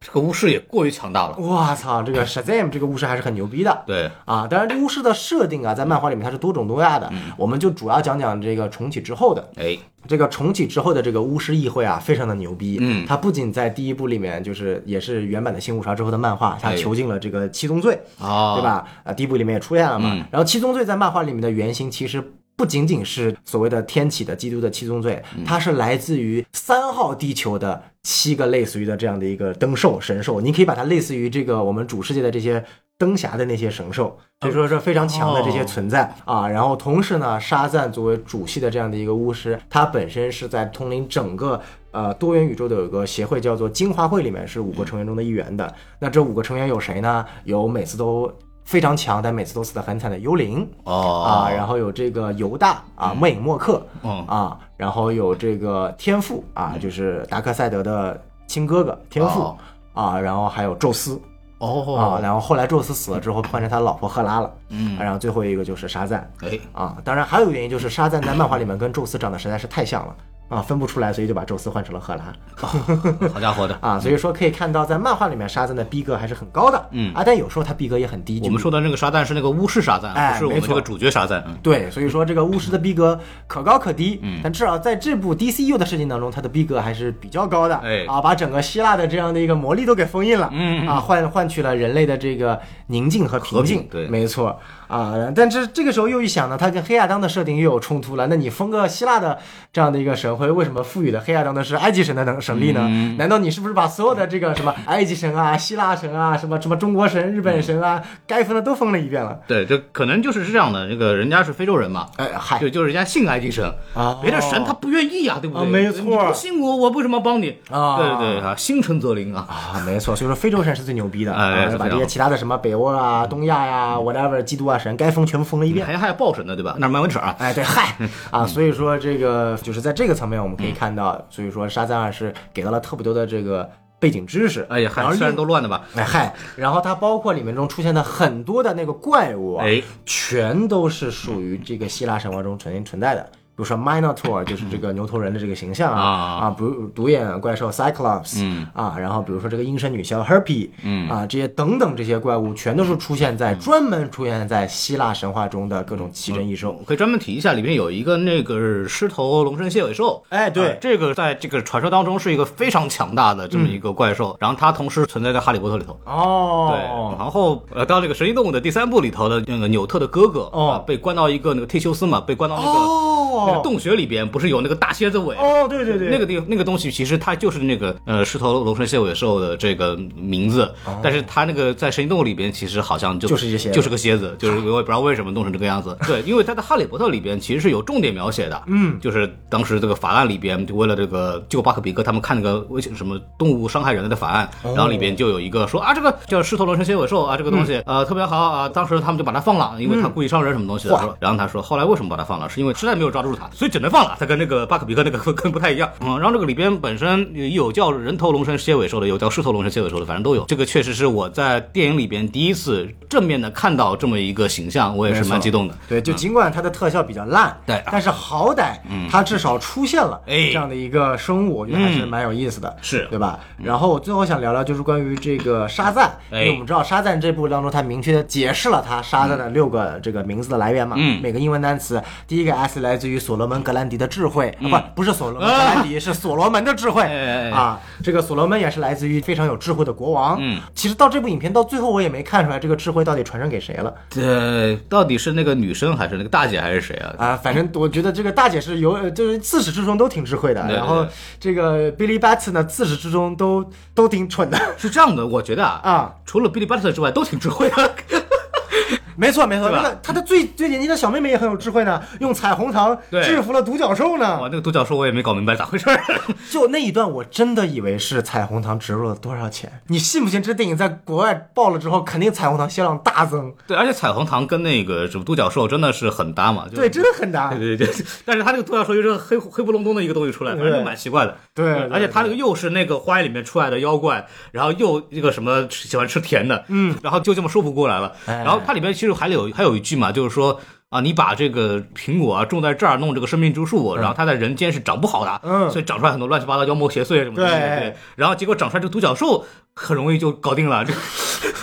S1: 这个巫师也过于强大了。
S2: 我操，这个 Shazam 这个巫师还是很牛逼的。
S1: 对，
S2: 啊，当然，这巫师的设定啊，在漫画里面它是多种多样的，
S1: 嗯
S2: 我们就主要讲讲这个重启之后的。
S1: 哎，
S2: 这个重启之后的这个巫师议会啊，非常的牛逼。
S1: 嗯
S2: 它不仅在第一部里面，就是也是原版的新五杀之后的漫画，它
S1: 哎
S2: 囚禁了这个七宗罪，
S1: 哦，
S2: 对？吧？啊，第一部里面也出现了嘛。
S1: 嗯
S2: 然后七宗罪在漫画里面的原型其实。不仅仅是所谓的天启的基督的七宗罪，它是来自于三号地球的七个类似于的这样的一个灯兽神兽，你可以把它类似于这个我们主世界的这些灯侠的那些神兽，所以说是非常强的这些
S1: 哦
S2: 存在啊。然后同时呢，沙赞作为主系的这样的一个巫师，他本身是在统领整个呃多元宇宙的有一个协会叫做精华会，里面是五个成员中的一员的。那这五个成员有谁呢？有每次都非常强，但每次都死得很惨的幽灵。
S1: 哦
S2: 啊，然后有这个犹大啊，魅影默克，
S1: 嗯
S2: 啊，然后有这个天赋啊，就是达克赛德的亲哥哥天赋
S1: 哦
S2: 啊，然后还有宙斯啊，
S1: 哦，
S2: 然后后来宙斯死了之后，换成他老婆赫拉了，啊
S1: 嗯
S2: 然后最后一个就是沙赞
S1: 哎，
S2: 啊，当然还有一个原因就是沙赞在漫画里面跟宙斯长得实在是太像了啊，分不出来，所以就把宙斯换成了赫拉
S1: 好家伙
S2: [laughs]
S1: 的！
S2: 啊，所以说可以看到在漫画里面沙赞的逼格还是很高的，
S1: 嗯
S2: 啊，但有时候他逼格也很低，
S1: 我
S2: 就
S1: 们说的那个沙赞是那个巫师沙赞，
S2: 哎
S1: 不是我
S2: 没
S1: 们
S2: 错
S1: 这个主角沙赞。嗯
S2: 对，所以说这个巫师的逼格可高可低，但至少在这部 DCU 的设定当中，他的逼格还是比较高的，
S1: 哎
S2: 啊，把整个希腊的这样的一个魔力都给封印了，嗯啊，换换取了人类的这个宁静和平静，
S1: 和平对
S2: 没错啊，但这这个时候又一想呢，他跟黑亚当的设定又有冲突了，那你封个希腊的这样的一个神辉为什么赋予的黑亚当的是埃及神的能神力呢？
S1: 嗯
S2: 难道你是不是把所有的这个什么埃及神啊、希腊神啊、什么什么中国神、日本神啊，
S1: 嗯
S2: 该封的都封了一遍了？
S1: 对，这可能就是是这样的，那个人家是非洲人嘛，
S2: 哎，嗨
S1: 就就是人家信埃及神
S2: 啊
S1: 别的神他不愿意呀，对不对？
S2: 啊没错
S1: 你不信我，我为什么帮你？
S2: 啊
S1: 对对啊，心诚则灵啊。
S2: 啊，没错，所以说非洲神是最牛逼的，
S1: 哎
S2: 啊
S1: 是
S2: 把
S1: 这
S2: 这些
S1: 样
S2: 其他的什么北欧啊、东亚呀、whatever
S1: 嗯
S2: 基督啊神该封全部封了一遍。
S1: 还还有报神的对吧？那是漫文尺啊，
S2: 哎，对，嗨啊，所以说这个就是在这个层面我们可
S1: 嗯
S2: 以看到，所以说沙赞二世给到了特别多的这个背景知识，
S1: 哎呀，
S2: 然后
S1: 还虽然
S2: 另
S1: 都乱的吧，
S2: 哎嗨，然后它包括里面中出现的很多的那个怪物啊，
S1: 哎
S2: 全都是属于这个希腊神话中曾经存在的。比如说 Minotaur 就是这个牛头人的这个形象啊
S1: 啊
S2: 啊，比如独眼怪兽 Cyclops，
S1: 嗯
S2: 啊，然后比如说这个阴神女枭 Herpy，
S1: 嗯
S2: 啊，这些等等这些怪物全都是出现在专门出现在希腊神话中的各种奇珍异兽。
S1: 我可以专门提一下，里面有一个那个狮头龙身蟹尾兽，
S2: 哎，
S1: 啊这个在这个传说当中是一个非常强大的
S2: 嗯
S1: 这么一个怪兽，然后它同时存在在《哈利波特》里头。嗯对，
S2: 哦，
S1: 然后呃，到这个《神奇动物》的第三部里头的那个纽特的哥哥，
S2: 哦
S1: 啊被关到一个那个忒修斯嘛，被关到那个、那个
S2: 哦，
S1: 洞穴里边，不是有那个大蝎子尾？
S2: 哦，对对对，
S1: 那个地那个东西其实它就是那个呃狮头龙身蟹尾兽的这个名字，但是它那个在神奇动物里边其实好哦像就
S2: 就是这些
S1: 就是个蝎子， [laughs] 就是我也不知道为什么弄成这个样子。对，因为它在《哈利波特》里边其实是有重点描写的，嗯，就是当时这个法案里边就为了这个救巴克比克他们看那个危险什么动物伤害人类的法案，然后里边就有一个说啊这个叫狮头龙身蝎尾兽啊这个东西呃特别好啊，当时他们就把它放了，因为它故意伤人什么东西的
S2: 哇，
S1: 然后他说，后来为什么把他放了？是因为实在没有抓住他，所以只能放了。他跟那个巴克比克那个跟不太一样。嗯，然后这个里边本身有叫人头龙身蝎尾兽的，有叫狮头龙身蝎尾兽的，反正都有。这个确实是我在电影里边第一次正面的看到这么一个形象，我也是蛮激动的。嗯
S2: 对，就尽管它的特效比较烂，
S1: 对嗯
S2: 但是好歹它至少出现了
S1: 哎嗯
S2: 这样的一个生物，我觉得还是蛮有意思的，
S1: 是嗯
S2: 对吧？然后最后想聊聊就是关于这个沙赞，因
S1: 哎
S2: 为我们知道沙赞这部当中，它明确的解释了它沙赞
S1: 嗯
S2: 的六个这个名字的来源嘛，每个英文单词，第一个 S 来自于所罗门格兰迪的智慧，啊不不是所罗门格兰迪，是所罗门的智慧
S1: 嗯啊哎哎哎
S2: 啊，这个所罗门也是来自于非常有智慧的国王，嗯，其实到这部影片到最后我也没看出来这个智慧到底传承给谁了。
S1: 嗯对，到底是那个女生还是那个大姐还是谁啊？
S2: 啊，反 [laughs] 正我觉得这个大姐是有，呃就是自始至终都挺智慧的。
S1: 对对
S2: 然后这个 Billy Batson 呢，自始至终都都挺蠢的
S1: 是这样的，我觉得啊，
S2: 啊。
S1: 除了 Billy Butler 之外，都挺智慧的。
S2: [laughs] 没错没错，
S1: 对
S2: 那
S1: 吧
S2: 个他的最最年轻的小妹妹也很有智慧呢，用彩虹糖
S1: 对
S2: 制服了独角兽
S1: [laughs]
S2: 呢。
S1: 哇，那个独角兽我也没搞明白咋回 [laughs] 事儿。
S2: 就那一段，我真的以为是彩虹糖植入了多少钱。你信不信？这电影在国外爆了之后，肯定彩虹糖销量大增。
S1: 对，而且彩虹糖跟那个什么独角兽真的是很搭嘛。就
S2: 对，真的很 [laughs] 大。
S1: [laughs] 对对对，但是他这个独角兽又是黑黑不隆咚的一个东西出来，反正就蛮奇怪的。嗯
S2: 对对
S1: 而且他那个又是那个花园里面出来的妖怪，然后又那个什么吃喜欢吃甜的，嗯，然后就这么说不过来了。
S2: 哎
S1: 然后它里面其实还有还有一句嘛，就是说。啊，你把这个苹果啊种在这儿，弄这个生命之树，然后它在人间是长不好的，
S2: 嗯
S1: 所以长出来很多乱七八糟妖魔邪祟什么的，
S2: 对
S1: 对。然后结果长出来这个独角兽，很容易就搞定了。这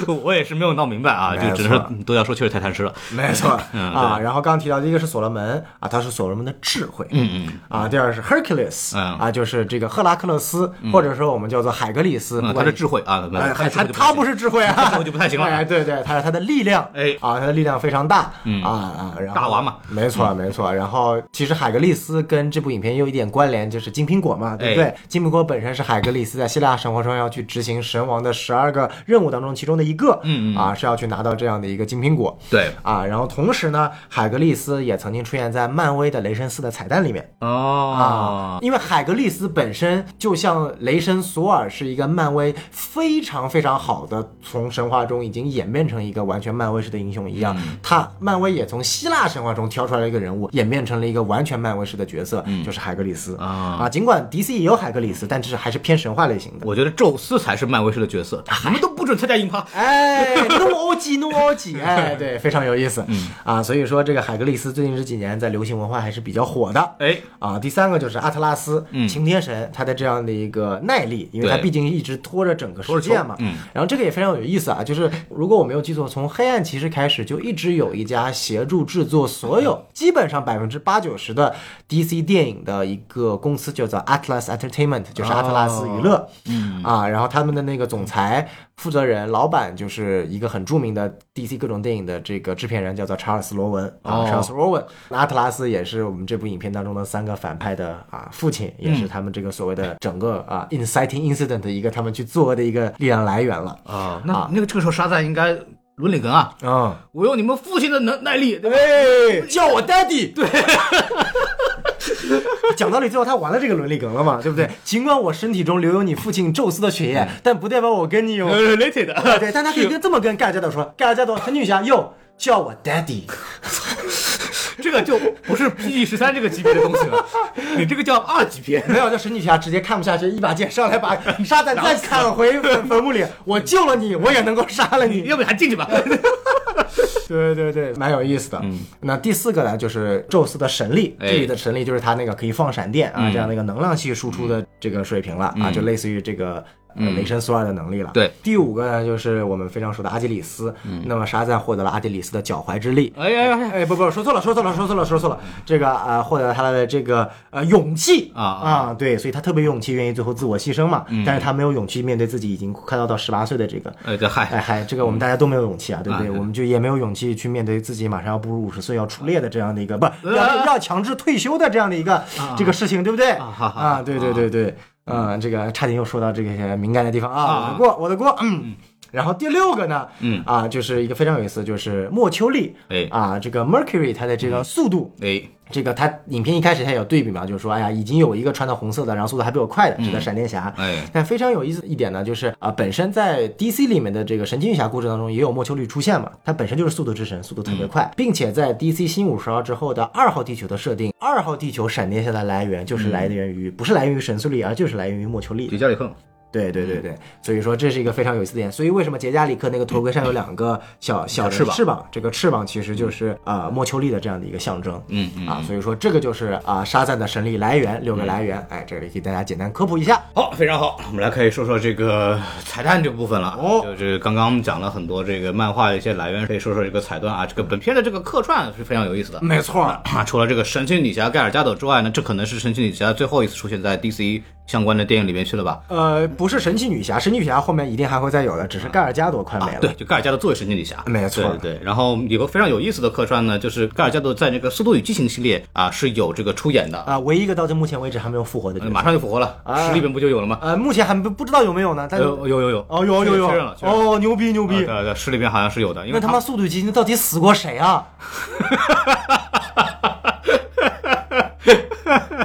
S1: 个 [laughs] 我也是没有闹明白啊，
S2: 没
S1: 就只能
S2: 错
S1: 说嗯独角兽确实太贪吃了。
S2: [laughs] 没错、
S1: 嗯
S2: 啊。然后刚刚提到的一个是所罗门啊，他是所罗门的智慧，
S1: 嗯嗯。
S2: 啊，第二是 Hercules，、
S1: 嗯
S2: 啊，就是这个赫拉克勒斯，或者说我们叫做海格力
S1: 嗯，
S2: 斯，不
S1: 他
S2: 管
S1: 的智慧啊，
S2: 哎，
S1: 他
S2: 他
S1: 的智慧
S2: 他
S1: 就
S2: 他
S1: 行
S2: 不是智慧
S1: [laughs]
S2: 啊，
S1: 这我就不太行了
S2: 哎，对对，他是他的力量，
S1: 哎嗯
S2: 啊，他的力量非常大，啊啊，然后
S1: 大娃嘛，嗯
S2: 没错没错。然后其实海格力斯跟这部影片也有一点关联，就是金苹果嘛，对不对
S1: 哎？
S2: 金苹果本身是海格力斯在希腊神话中要去执行神王的十二个任务当中其中的一个，嗯啊，是要去拿到这样的一个金苹果。
S1: 对，
S2: 啊，然后同时呢，海格力斯也曾经出现在漫威的雷神四的彩蛋里面，啊
S1: 哦，，
S2: 因为海格力斯本身就像雷神索尔是一个漫威非常非常好的，从神话中已经演变成一个完全漫威式的英雄一样，
S1: 嗯
S2: 他漫威也从希腊神话中挑出来了一个人物，演变成了一个完全漫威式的角色，就是海格力斯
S1: 嗯啊
S2: 尽管 DC 也有海格力斯，但是还是偏神话类型的。
S1: 我觉得宙斯才是漫威式的角色，你们都不准参加硬趴。
S2: 哎，no o g no
S1: [laughs]
S2: o g，哎，对，非常有意思，
S1: 嗯
S2: 啊，所以说这个海格力斯最近这几年在流行文化还是比较火的，
S1: 哎，
S2: 啊，第三个就是阿特拉斯，擎天神，他的这样的一个耐力，因为他
S1: 嗯对
S2: 毕竟一直拖着整个世
S1: 着
S2: 界
S1: 球
S2: 嘛。
S1: 嗯
S2: 然后这个也非常有意思啊，就是如果我没有记错，从黑暗骑士开始就一直有一家协助制作所
S1: 嗯
S2: 有、基本上百分之八九十的 DC 电影的一个公
S1: 哦
S2: 司，叫做 Atlas Entertainment，就是阿特拉斯娱乐。嗯啊，然后他们的那个总裁负责人、老板就是一个很著名的 DC 各种电影的这个制片人，叫做查尔斯·罗文啊、
S1: 哦
S2: c h a r l e s Rowan。那阿特拉斯也是我们这部影片当中的三个反派的啊父亲，也是他们这个所谓的整个啊 inciting incident 的一个他们去作恶的一个力量来源了。
S1: 啊，那
S2: 啊
S1: 那个这个时候沙赞应该伦里根啊，
S2: 嗯，
S1: 我有你们父亲的能耐力，对吧？
S2: 哎，叫我 daddy。对。 [laughs] 讲道理，最后他玩了这个伦理梗了嘛，对不对？尽管我身体中流有你父亲宙斯的血液，但不代表我跟你有
S1: 呃 related，
S2: [laughs]
S1: [laughs]
S2: 对，但他可以跟这么跟盖亚加朵说，盖亚加朵很女侠哟，叫我 daddy。
S1: 这个就不是 PG 十三这个级别的东西了， [laughs] 你这个叫二级片。
S2: 没有，就神女侠直接看不下去，一把剑上来把
S1: [laughs]
S2: 沙赞再砍回坟坟墓里。我救了你，我也能够杀了你。
S1: 要不然进去吧。
S2: [laughs] 对对对，蛮有意思的。嗯，那第四个呢，就是宙斯的神力，
S1: 哎嗯
S2: 这里的神力就是他那个可以放闪电啊，这样的一个能量系输出的这个水平了啊，就类似于这个。呃雷神索尔的能力了。
S1: 嗯对，嗯
S2: 第五个呢，就是我们非常熟的阿基里斯。那么沙赞获得了阿基里斯的脚踝之力，
S1: [laughs] 哎呀呀，
S2: 哎，不不，说错了，说错了，说错了，说错了。这个啊、呃获得了他的这个呃勇气
S1: 啊嗯
S2: 啊，对，所以他特别有勇气，愿意最后自我牺牲嘛。但是他没有勇气面对自己已经快要到十八岁的这个。
S1: 哎这嗨，
S2: 哎嗨，这个我们大家都没有勇气啊，对不对？
S1: 啊
S2: 我们就也没有勇气去面对自己马上要步入五十岁要出列的这样的一个，不是要要强制退休的这样的一个这个事情，对不对？
S1: 好好
S2: 啊，对对对对，嗯，这个差点又说到这些敏感的地方啊，我的锅，我的锅，嗯。然后第六个呢，
S1: 嗯
S2: 啊，就是一个非常有意思，就是莫丘利，
S1: 哎
S2: 啊，这个 Mercury 它的这个速度，
S1: 哎，
S2: 这个它影片一开始它有对比嘛，就是说，哎呀，已经有一个穿的红色的，然后速度还比我快的，是个闪电侠。
S1: 哎
S2: 但非常有意思一点呢，就是啊、本身在 DC 里面的这个神奇女侠故事当中也有莫丘利出现嘛，他本身就是速度之神，速度特别快，并且在 DC 新五十二之后的二号地球的设定，二号地球闪电侠的来源就是来源于、不是来源于神速力，而嗯就是嗯来源于莫丘利
S1: 比。加里克
S2: 对对对对，所以说这是一个非常有意思的点。所以为什么杰加里克那个头盔上有两个小嗯小的
S1: 翅膀
S2: 翅膀，这个翅膀其实就是呃莫丘利的这样的一个象征。
S1: 嗯嗯
S2: 啊，所以说这个就是啊沙赞的神力来源六个来源。哎，这里给大家简单科普一下。
S1: 好，非常好，我们来可以说说这个彩蛋这个部分了。
S2: 哦
S1: 就是刚刚我们讲了很多这个漫画的一些来源，可以说说这个彩蛋啊。这个本片的这个客串是非常有意思的。
S2: 没错，
S1: 啊，除了这个神奇女侠盖尔加朵之外呢，这可能是神奇女侠最后一次出现在 DC 相关的电影里面去了吧？
S2: 呃，不是神奇女侠，神奇女侠后面一定还会再有的，只是盖尔加朵快没了。
S1: 对，就盖尔加朵作为神奇女侠，
S2: 哎没错
S1: 对对。然后有个非常有意思的客串呢，就是盖尔加朵在这个《速度与激情》系列啊是有这个出演的，
S2: 啊，唯一一个到这目前为止还没有复活的角
S1: 呃
S2: 色。
S1: 马上就复活了，
S2: 啊
S1: 十里边不就有了吗？
S2: 呃，目前还不不知道有没有呢，但是
S1: 有有有有
S2: 哦有有有
S1: 确认了，确认了。
S2: 哦牛逼牛
S1: 啊
S2: 逼！
S1: 对对，十里边好像是有的，因
S2: 那
S1: 为
S2: 他妈速度与激情到底死过谁 [laughs] 啊？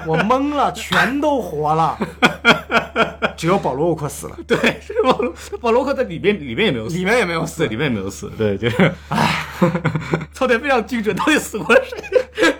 S2: 我懵了，全都活了，只有保罗沃克死了，
S1: [laughs] 对是保罗保罗克在里边里边也没有死，
S2: [laughs] 里面也没有
S1: 对
S2: 死。
S1: 里面也没有死，对就是，唉， [laughs] 操点非常精准，到底死过了谁？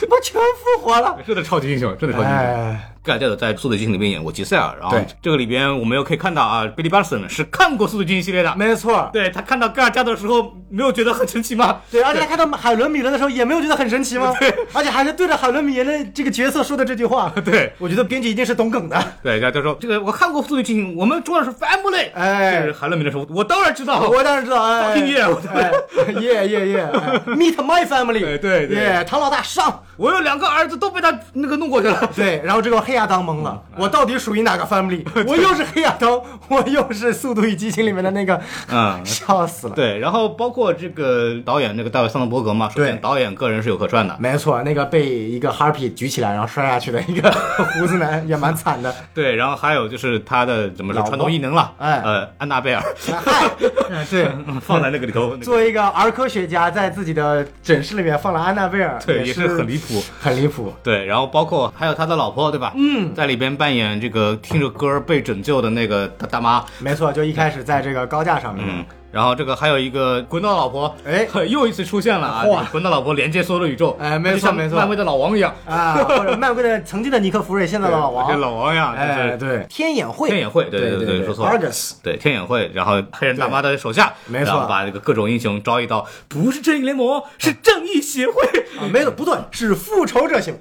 S2: 他妈全复活了。
S1: [laughs] 真的超级英雄，真的超级英雄。
S2: 哎，
S1: 盖尔加朵在《速度与激情》里面演过吉赛尔，然后
S2: 对
S1: 这个里边我们又可以看到啊，Billy Batson 是看过《速度与激情》系列的，
S2: 没错，
S1: 对他看到盖尔加朵的时候，没有觉得很神奇吗？
S2: 对，而且他看到海伦米伦的时候也没有觉得很
S1: [laughs]
S2: 神奇吗？而且还是对着海伦米伦的这个角色说的这句话。
S1: 对
S2: 我觉得编剧一定是懂梗的。
S1: [laughs] 对，他就说这个我看过《速度与激情》，我们重要的是 family，
S2: 哎
S1: 就是韩乐明的时候，我当然知道，
S2: 我当然知道，哎，
S1: Fucking yeah，我
S2: 哎耶耶耶，Meet 哎
S1: [laughs]
S2: my family，
S1: 对对对
S2: 耶，唐老大上，
S1: 我有两个儿子都被他那个弄过去了。
S2: 对，然后这个黑亚当懵了，
S1: 嗯
S2: 我到底属于哪
S1: [laughs]
S2: 个 family？我又是黑亚当，我又是《速度与激情》里面的那个，
S1: 嗯
S2: [laughs] 笑死了。
S1: 对，然后包括这个导演那个大卫桑德伯格嘛，首先
S2: 对
S1: 导演个人是有客串的，
S2: 没错，那个被一个 Harpy 举起来然后摔下去的一个胡子男也蛮惨
S1: [laughs]
S2: 的。
S1: 对，然后还有就是他的怎么说
S2: 老婆
S1: 传统异能了，
S2: 哎
S1: 呃，安娜贝
S2: [laughs]
S1: 尔
S2: 嗨，嗯对，
S1: 放在那个里
S2: [laughs]
S1: 头，那个
S2: 作为一个儿科学家，在自己的诊室里面放了安娜贝尔，
S1: 对也
S2: 也
S1: 是
S2: 是
S1: 很离谱。
S2: 很离谱。
S1: 对，然后包括还有他的老婆，对吧？嗯，在里边扮演这个听着歌被拯救的那个大大妈，
S2: 没错，就一开始在这个高架
S1: [laughs]
S2: 上面，
S1: 嗯，然后这个还有一个滚刀老婆，
S2: 哎，
S1: [laughs] 又一次出现了啊！
S2: 哇
S1: 这个滚刀老婆连接所有的宇宙，
S2: 哎没错
S1: 就像
S2: 没错
S1: 漫威的老王一样，
S2: 啊，或者漫威的曾经的尼克弗瑞，现在的老
S1: 跟
S2: 王，
S1: 老王一样，
S2: 哎，
S1: 就是
S2: 对，天眼会，
S1: 天眼会，对
S2: 对
S1: 对
S2: 对
S1: 说错了。
S2: ，Argus，
S1: 对天眼会，然后黑人大妈的手下，
S2: 没错
S1: 然后把这个各种英雄招一到，不是正义联盟，是正义协会。
S2: 啊，没有不对，是复仇者行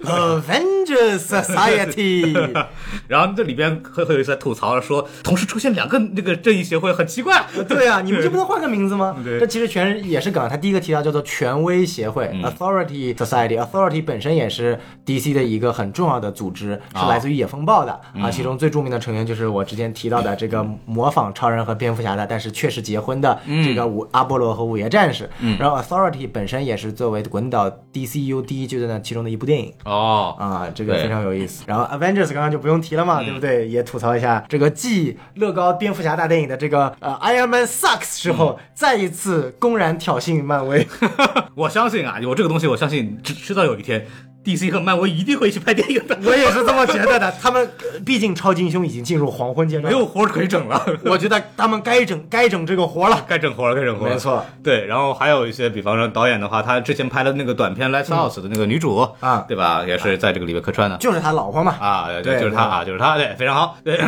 S1: [laughs]
S2: ，Avengers Society，
S1: [laughs]
S2: [laughs]
S1: 然后这里边会会有一些吐槽说，同时出现两个那个正义协会很奇怪。 [laughs]
S2: 对啊，你们就不能换个名字吗？
S3: 对
S2: 这其实全也是梗。他第一个提到叫做权威协会、（Authority Society）。Authority 本身也是 DC 的一个很重要的组织，是来自于野风暴的、啊。其中最著名的成员就是我之前提到的这个模仿超人和蝙蝠侠的，但是确实结婚的这个五、阿波罗和午夜战士。然后 Authority 本身也是作为滚导 DCU 第一阶段的其中的一部电影。
S1: 哦，
S2: 啊，这个
S1: 对嗯
S2: 非常有意思。然后 Avengers 刚刚就不用提了嘛，对不对？也吐槽一下这个继乐高蝙蝠侠大电影的这个呃 Iron Man sucks 之
S1: 嗯
S2: 后，再一次公然挑衅漫威。
S1: [laughs]
S2: [laughs]
S1: 我相信啊，有这个东西，我相信迟迟早有一天，DC 和漫威一定会一起拍电影的，
S2: 我也是这么觉得的。他们呃毕竟超级英雄已经进入黄昏
S1: [laughs]
S2: 阶
S1: 没
S2: 段，
S1: 有活儿可以整了，
S2: 我觉得他们该整该整这个活了。
S1: 该整活儿了，该整活儿了。
S2: 没错，
S1: 对。然后还有一些，比方说导演的话，他之前拍的那个短片《Lighthouse》的那个女主
S2: 嗯啊
S1: 对吧？也是在这个里面客串的
S2: 就是他老婆嘛，
S1: 啊，
S2: 对
S1: 就是他啊，就是他，对，非常好，对。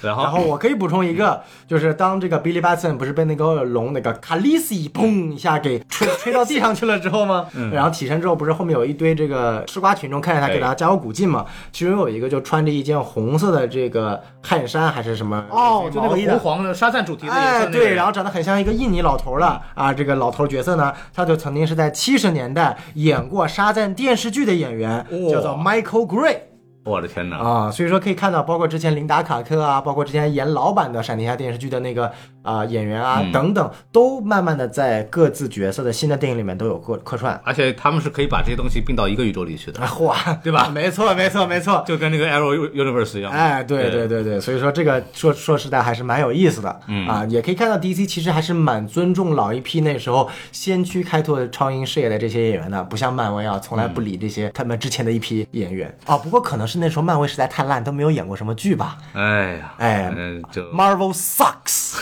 S1: 然
S2: 然
S1: 后
S2: 后我可以补充一个，就是当这个 Billy Batson 不是被那个龙那个卡利西砰一下给吹吹到地上去了之后吗？
S1: 嗯
S2: 然后起身之后，不是后面有一堆这个吃瓜群众看着他，
S1: 对
S2: 给他加油鼓劲嘛？其中有一个就穿着一件红色的这个汗衫还是什么
S1: 哦，就那
S2: 毛衣的
S1: 个红黄的沙赞主题的颜
S2: 哎，
S1: 色，
S2: 对，然
S1: 后
S2: 后长得很像一个印尼老头儿了
S1: 嗯
S2: 啊。这个老头儿角色呢，他就曾经是在七十年代演过沙赞电视剧的演员，
S1: 哇
S2: 叫做 Michael Gray。
S1: 我的天哪，
S2: 啊，所以说可以看到，包括之前琳达·卡克啊，包括之前演老版的闪电侠电视剧的那个啊、演员啊、
S1: 嗯
S2: 等等，都慢慢的在各自角色的新的电影里面都有客客串。
S1: 而且他们是可以把这些东西并到一个宇宙里去的，
S2: 啊， [laughs] 哇，
S1: 对吧
S2: 没错，没错，没错。
S1: 就跟那个 Arrow Universe 一样。
S2: 哎，对对对对，所以说这个说说实在还是蛮有意思的，嗯啊，也可以看到 DC 其实还是蛮尊重老一批那时候先驱开拓超英事业的这些演员的，不像漫威啊，从来
S1: 嗯
S2: 不理这些他们之前的一批演员啊。不过可能是那时候漫威实在太烂，都没有演过什么剧吧。
S1: 哎呀，
S2: 哎
S1: 嗯，就 [laughs]
S2: Marvel sucks。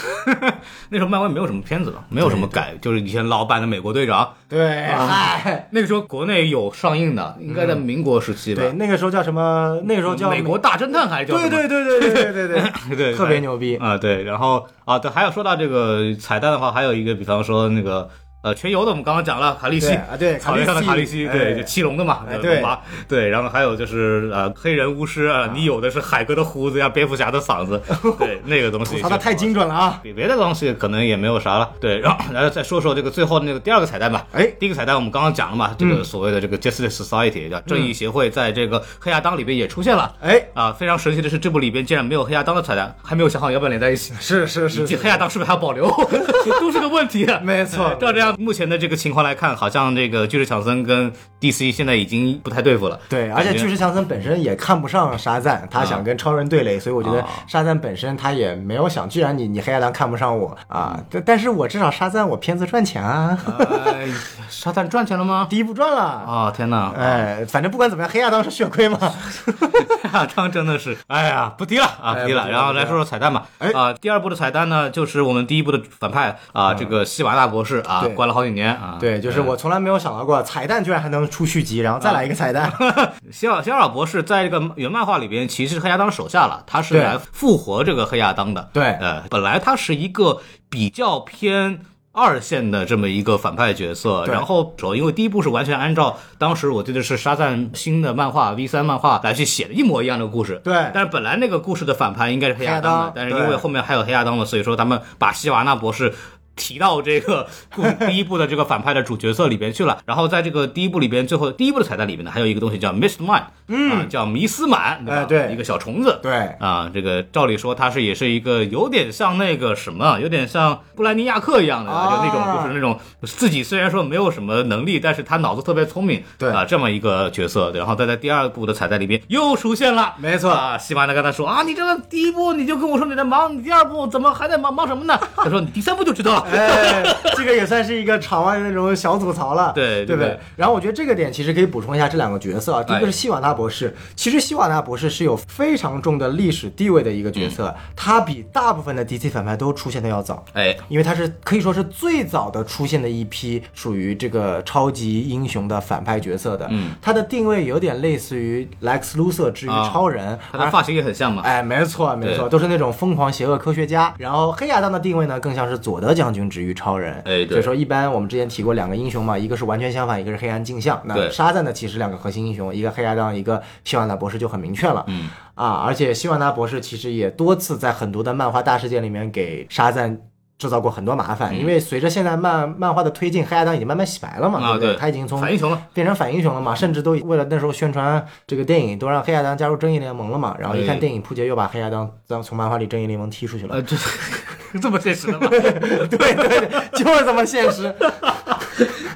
S1: 那时候漫威没有什么片子了，没有什么改，就是以前老版的美国队长，
S2: 对，
S1: 啊
S2: 嗨，
S1: 那个时候国内有上映的，应该在民国时期吧。
S2: 对，那个时候叫什么？那个时候叫
S1: 美国，大侦探还是叫
S2: 对
S1: 什
S2: 对
S1: 么
S2: 对对对对对对
S1: [laughs] 对对，
S2: 特别牛逼
S1: 啊、对，然后啊，对，还有说到这个彩蛋的话，还有一个，比方说那个呃，全游的，我们刚刚讲了卡利西
S2: 对啊
S1: [laughs]
S2: 对
S1: 草原上的卡利西，
S2: 卡利西
S1: 对，
S2: 哎
S1: 就七龙的嘛，
S2: 哎
S1: 呃
S2: 对
S1: 龙马对，然后还有就是呃，黑人巫师啊，你有的是海哥的胡子呀，蝙蝠侠的嗓
S2: [laughs]
S1: 子，对，那个东西
S2: 吐槽的
S1: 就
S2: 太精准了啊！
S1: 比别的东西可能也没有啥了。对，然后然后再说说这个最后那个第二个彩蛋吧。
S2: 哎嗯
S1: 第一个彩蛋我们刚刚讲了嘛，这个所谓的这个 Justice Society 叫正义协会，在这个黑亚当里边也出现了。
S2: 哎，
S1: 啊，非常神奇的是，这部里边竟然没有黑亚当的彩蛋，还没有想好要不要连在一起。
S2: 是是
S1: 以
S2: 是，
S1: 及黑亚当是不是还要保留， [laughs] 都是个问题。啊
S2: [laughs] 没错
S1: 照这样目前的这个情况来看，好像这个巨石强森跟 DC 现在已经不太对付了。
S2: 对，而且
S1: 感觉
S2: 巨石强森本身也看不上沙赞，他想跟超人对垒，所以我觉得
S1: 啊
S2: 沙赞本身他也没有想，既然你你黑亚当看不上我啊，
S1: 嗯
S2: 但但是我至少沙赞我片子赚钱啊，
S1: 哎沙赞赚钱了吗？
S2: [laughs] 第一部赚了。
S1: 啊、天哪！ [laughs]
S2: 哎，反正不管怎么样，黑亚当是血亏嘛。
S1: 啊亚当真的是，哎呀，不提了啊，
S2: 哎
S1: 不提
S2: 不
S1: 了。
S2: 提了
S1: 然后来说说彩蛋吧。
S2: 哎
S1: 啊，第二部的彩蛋呢，就是我们第一部的反派啊，这个希瓦纳博士啊
S2: 对，
S1: 关了好几年啊。
S2: 对，就是我从来没有想到过彩蛋居然还能出续集，然后再来一个彩蛋。
S1: 啊希尔希尔博士在这个原漫画里边其实是黑亚当手下了，他是
S2: 对
S1: 来复活这个黑亚当的。
S2: [laughs] 对
S1: [laughs] 呃，本来他是一个比较偏。二线的这么一个反派角色，
S2: 对
S1: 然后主要因为第一部是完全按照当时我记得是沙赞新的漫画 V 三漫画来去写的一模一样的故事，
S2: 对
S1: 但是本来那个故事的反派应该是黑亚当的，
S2: 黑
S1: 但是
S2: 亚当
S1: 因为
S2: 对
S1: 后面还有黑亚当嘛，所以说他们把希瓦纳博士。提到这个故第一部的这个反派的主角色里边去了，然后在这个第一部里边，最后第一部的彩蛋里面呢，还有一个东西叫 Mist Mind，嗯、叫迷思满，对吧？
S2: 哎对
S1: 一个小虫子，
S2: 对
S1: 啊，这个照理说它是也是一个有点像那个什么，有点像布兰妮亚克一样的，
S2: 啊
S1: 就那种就是那种自己虽然说没有什么能力，但是他脑子特别聪明，
S2: 对
S1: 啊，这么一个角色，然后再在第二部的彩蛋里边又出现了，
S2: 没错
S1: 啊，西班牙跟他说啊，你这个第一部你就跟我说你在忙，你第二部怎么还在忙忙什么呢？他说你第三部就知道了。
S2: 哎，这个也算是一个场外的那种小吐槽了，
S1: 对
S2: 对不
S1: 对
S2: 对？然后我觉得这个点其实可以补充一下这两个角色啊，第一个
S1: 哎
S2: 是希瓦纳博士，其实希瓦纳博士是有非常重的历史地位的一个角色，
S1: 嗯
S2: 他比大部分的 DC 反派都出现的要早。
S1: 哎，
S2: 因为他是可以说是最早的出现的一批属于这个超级英雄的反派角色的，嗯，他的定位有点类似于 Lex Luthor 之于
S1: 啊
S2: 超人，
S1: 他的发型也很像嘛，
S2: 哎，没错没错，都是那种疯狂邪恶科学家。然后黑亚当的定位呢，更像是佐德将军之于超人。
S1: 哎对
S2: 所以说一般我们之前提过两个英雄嘛，一个是完全相反，一个是黑暗镜像。那
S1: 对
S2: 沙赞呢，其实两个核心英雄，一个黑亚当，一个希瓦纳博士就很明确了。嗯啊，而且希瓦纳博士其实也多次在很多的漫画大事件里面给沙赞。制造过很多麻烦，
S1: 嗯
S2: 因为随着现在漫漫画的推进，黑亚当已经慢慢洗白了嘛，
S1: 啊
S2: 对不对
S1: 对
S2: 他已经从
S1: 反英雄了，
S2: 变成反英雄了嘛，甚至都为了那时候宣传这个电影，都让黑亚当加入正义联盟了嘛，然后一看
S1: 对
S2: 电影扑街，又把黑亚当当从漫画里正义联盟踢出去了， [laughs]
S1: 呃，这 [laughs] 这么现实 [laughs] 的吗？
S2: 对对对，就是这么现实。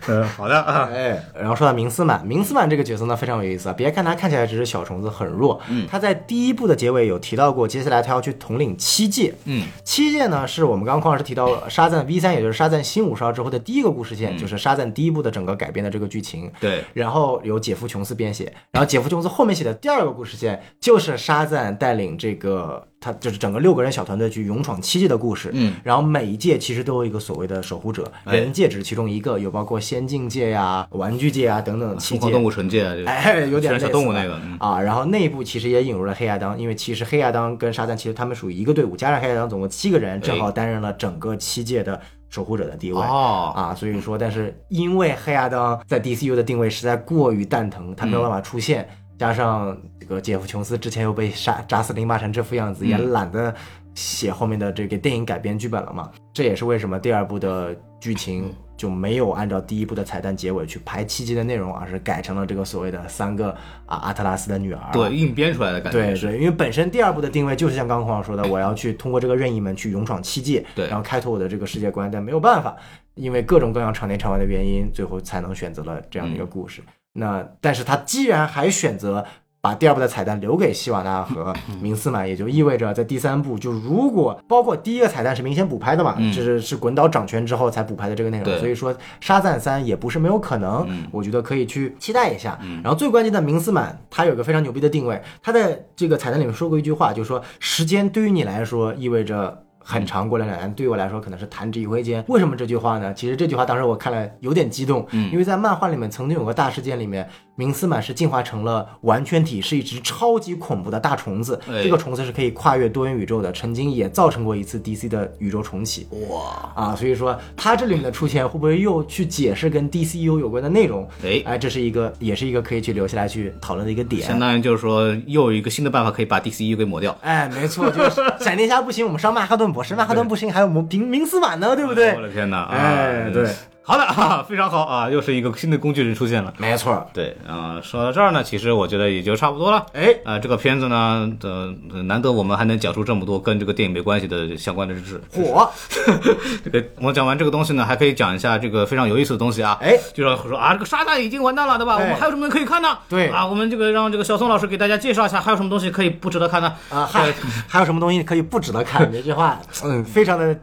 S1: 嗯，好的啊，
S2: 哎，然后说到明斯曼，明斯曼这个角色呢非常有意思啊。别看他看起来只是小虫子，很弱，嗯，他在第一部的结尾有提到过，接下来他要去统领七界，
S1: 嗯，
S2: 七界呢是我们刚刚匡老师提到沙赞 V 三，也就是沙赞新五十二之后的第一个故事线，就是沙赞第一部的整个改编的这个剧情，
S1: 对，
S2: 然后由姐夫琼斯编写，然后姐夫琼斯后面写的第二个故事线就是沙赞带领这个他就是整个六个人小团队去勇闯七界的故事。
S1: 嗯，
S2: 然后每一界其实都有一个所谓的守护者，
S1: 哎
S2: 人界只是其中一个，有包括仙境界呀、玩具界啊等等七
S1: 疯
S2: 界
S1: 狂。动物城界啊，这个
S2: 哎，有点
S1: 全是
S2: 类
S1: 小
S2: 似
S1: 动物
S2: 了
S1: 那个，嗯
S2: 啊，然后内部其实也引入了黑亚当，因为其实黑亚当跟沙赞其实他们属于一个队伍，加上黑亚当总共七个人，正好担任了整个七界的守护者的地位。
S1: 哦，
S2: 啊，所以说，但是因为黑亚当在 DCU 的定位实在过于蛋疼，他没
S1: 嗯
S2: 有办法出现，加上这个杰夫琼斯之前又被杀扎斯林骂成这副样子，也
S1: 嗯
S2: 懒得写后面的这个电影改编剧本了嘛，这也是为什么第二部的剧情就没有按照第一部的彩蛋结尾去排七集的内容，而是改成了这个所谓的三个啊阿特拉斯的女儿。
S1: 对，硬编出来的感觉
S2: 啊对
S1: 是，
S2: 对，因为本身第二部的定位就是像刚刚黄老师说的，我要去通过这个任意门去勇闯七界，
S1: 对
S2: 然后开拓我的这个世界观，但没有办法，因为各种各样场内场外的原因，最后才能选择了这样的一
S1: 嗯
S2: 个故事。那但是他既然还选择。把第二部的彩蛋留给希瓦纳和
S1: 嗯
S2: 明斯曼，也就意味着在第三部，就如果包括第一个彩蛋是明显补拍的嘛，
S1: 嗯
S2: 这是是滚岛掌权之后才补拍的这个内容，
S1: 对
S2: 所以说沙赞三也不是没有可能，
S1: 嗯
S2: 我觉得可以去期待一下。然后最关键的明斯满，他有一个非常牛逼的定位，他在这个彩蛋里面说过一句话，就是说时间对于你来说意味着。很长过两两年，对于我来说可能是弹指一挥间。为什么这句话呢？其实这句话当时我看了有点激动，
S1: 嗯
S2: 因为在漫画里面曾经有个大事件里面，明斯满是进化成了完全体，是一只超级恐怖的大虫子。
S1: 哎
S2: 这个虫子是可以跨越多元宇宙的，曾经也造成过一次 DC 的宇宙重启。
S1: 哇，
S2: 啊，所以说它这里面的出现会不会又去解释跟 DCU 有关的内容？
S1: 哎
S2: 哎，这是一个，也是一个可以去留下来去讨论的一个点
S1: 相。当于就是说又有一个新的办法可以把 DCU 给抹掉，
S2: 哎，没错，就是闪电侠不行，我们上曼哈顿博士；曼哈顿不行，还有我们明明斯满呢，对不对
S1: 我？的天哪，啊
S2: 哎，对，
S1: 好的啊，非常好啊，又是一个新的工具人出现了。
S2: 没错。
S1: 对啊、说到这儿呢，其实我觉得也就差不多了。
S2: 哎，
S1: 啊、这个片子呢，呃，难得我们还能讲出这么多跟这个电影没关系的相关的知识。
S2: 火， [laughs]
S1: 这个我讲完这个东西呢，还可以讲一下这个非常有意思的东西啊。
S2: 哎
S1: 就是说啊，这个沙袋已经完蛋了，对吧？
S2: 哎
S1: 我们还有什么可以看呢？
S2: 对
S1: 啊，我们这个让这个小宋老师给大家介绍一下，还有什么东西可以不值得看呢？呃
S2: 啊， [laughs] 还还有什么东西可以不值得 [laughs] 看？你这句话，嗯，非常的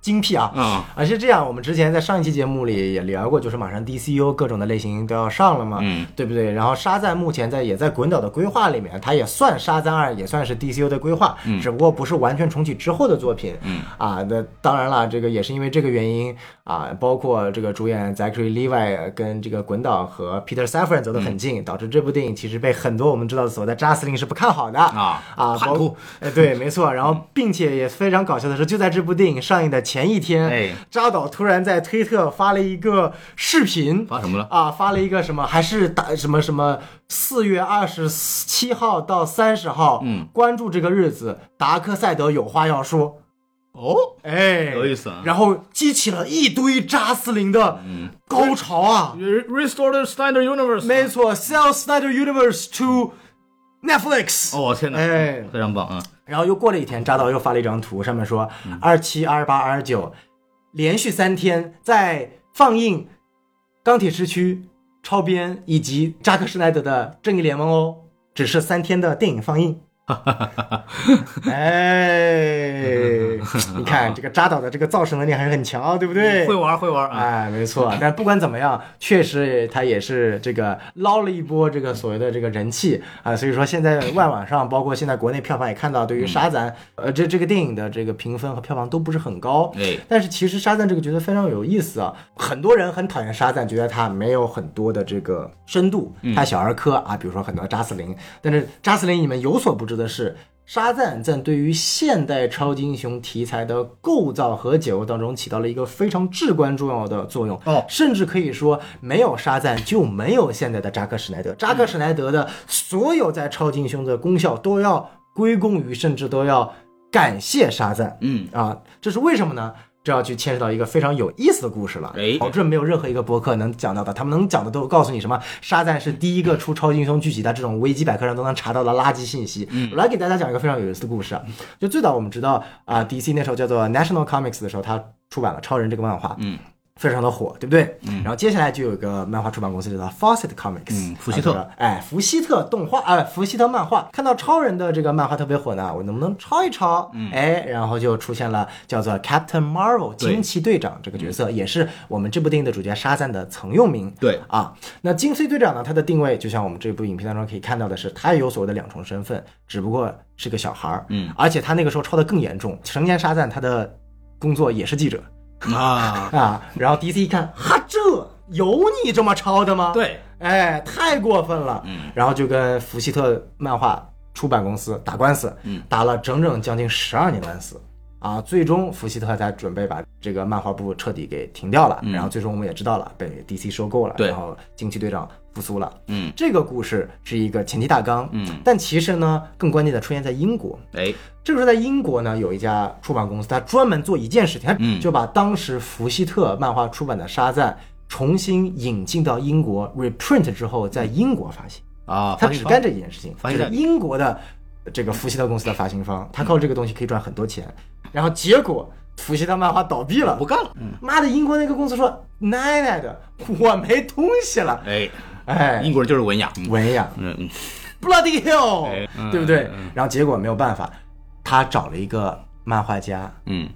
S2: 精辟啊。
S1: 啊、
S2: 而是这样，我们之前在上一期节目里也聊过，就是马上 DCU 各种的类型都要上了嘛，
S1: 嗯，
S2: 对不对？然后沙赞目前在也在滚岛的规划里面，它也算沙赞二，也算是 DCU 的规划，嗯、只不过不是完全重启之后的作品，嗯啊，那当然了，这个也是因为这个原因啊，包括这个主演 Zachary Levi 跟这个滚岛和 Peter Safran 走得很近，导致这部电影其实被很多我们知道的所谓的扎司令是不看好的
S1: 啊
S2: 啊，
S1: 叛
S2: 包
S1: 徒，
S2: 哎，对，没错。然后，并且也非常搞笑的是，就在这部电影上映的前一天，
S1: 哎
S2: 扎导突然在推特发了一个视频，
S1: 发什么了？
S2: 啊，发了一个什么，还是打什么什么，四月二十七号到三十号，
S1: 嗯，
S2: 关注这个日子，达克赛德有话要说，
S1: 哦，
S2: 哎，
S1: 有意思啊嗯
S2: 然后激起了一堆扎斯林的高潮啊，
S1: Restore the Snyder Universe。
S2: 没错，Sell Snyder Universe to Netflix，
S1: 哦，天哪，
S2: 哎
S1: 非常棒啊！
S2: 然后又过了一天，扎导又发了一张图，上面说二七、二八、二九，连续三天在放映《钢铁之躯》、《超编》以及扎克施奈德的《正义联盟》哦，只是三天的电影放映。哎，你看这个扎导的这个造神能力还是很强啊，对不对？
S1: 会玩会玩啊！
S2: 哎，没错，但不管怎么样，确实他也是这个捞了一波这个所谓的这个人气啊，所以说现在外网上，包括现在国内票房也看到，对于沙赞，呃，这这个电影的这个评分和票房都不是很高。
S1: 哎，
S2: 但是其实沙赞这个角色非常有意思啊，很多人很讨厌沙赞，觉得他没有很多的这个深度，他小儿科啊，比如说很多扎斯林。但是扎斯林你们有所不知的是，沙赞在对于现代超级英雄题材的构造和解构当中起到了一个非常至关重要的作用。
S1: 哦
S2: 甚至可以说，没有沙赞就没有现在的扎克施耐德。扎克施耐德的所有在超级英雄的功效都要归功于，甚至都要感谢沙赞。
S1: 嗯
S2: 啊，这是为什么呢？这要去牵涉到一个非常有意思的故事了。
S1: 哎
S2: 保证没有任何一个博客能讲到的，他们能讲的都告诉你什么沙赞是第一个出超级英雄剧集的，这种维基百科上都能查到的垃圾信息。
S1: 嗯
S2: 我来给大家讲一个非常有意思的故事啊，就最早我们知道啊、d c 那时候叫做 National Comics 的时候，它出版了超人这个漫画，
S1: 嗯，
S2: 非常的火，对不对？嗯，然后接下来就有一个漫画出版公司叫做 Fawcett Comics，
S1: 嗯福希特
S2: 啊就是哎，福希特动画，哎，福希特漫画，看到超人的这个漫画特别火呢，我能不能抄一抄？嗯，哎，然后就出现了叫做 Captain Marvel
S1: 对
S2: 惊奇队长这个角色，也是我们这部电影的主角沙赞的曾用名。
S1: 对
S2: 啊，那惊奇队长呢，他的定位就像我们这部影片当中可以看到的是，他也有所谓的两重身份，只不过是个小孩儿。
S1: 嗯，
S2: 而且他那个时候抄的更严重，成年沙赞他的工作也是记者。
S1: 啊，
S2: 啊，然后 DC 一看，哈，这有你这么抄的吗？，
S1: 对，
S2: 哎，太过分了。
S1: 嗯，
S2: 然后就跟福希特漫画出版公司打官司，
S1: 嗯
S2: 打了整整将近十二年官司。啊，最终福希特才准备把这个漫画部彻底给停掉了，
S1: 嗯
S2: 然后最终我们也知道了，被 DC 收购了，
S1: 对
S2: 然后惊奇队长复苏了。
S1: 嗯
S2: 这个故事是一个前提大纲，
S1: 嗯，
S2: 但其实呢，更关键的出现在英国，
S1: 哎，
S2: 这个时候在英国呢，有一家出版公司，它专门做一件事情，它
S1: 嗯
S2: 就把当时福希特漫画出版的《沙赞》重新引进到英国，reprint 之后在英国发行。
S1: 啊，
S2: 他
S1: 发现
S2: 只
S1: 方
S2: 干这一件事情，
S1: 发
S2: 就
S1: 行
S2: 是
S1: 商
S2: 英国的这个福希特公司的发行方，他靠这个东西可以赚很多钱。然后结果福希特漫画倒闭了
S1: 不，干了，嗯，
S2: 妈的，英国那个公司说奶奶的，我没东西了，
S1: 哎，
S2: 哎，
S1: 英国人就是文雅，嗯
S2: 文
S1: [laughs]
S2: 呀，
S1: 嗯嗯
S2: Bloody Hell，、
S1: 哎嗯
S2: 对不对？
S1: 嗯
S2: 然后结果没有办法，他找了一个漫画家，
S1: 嗯，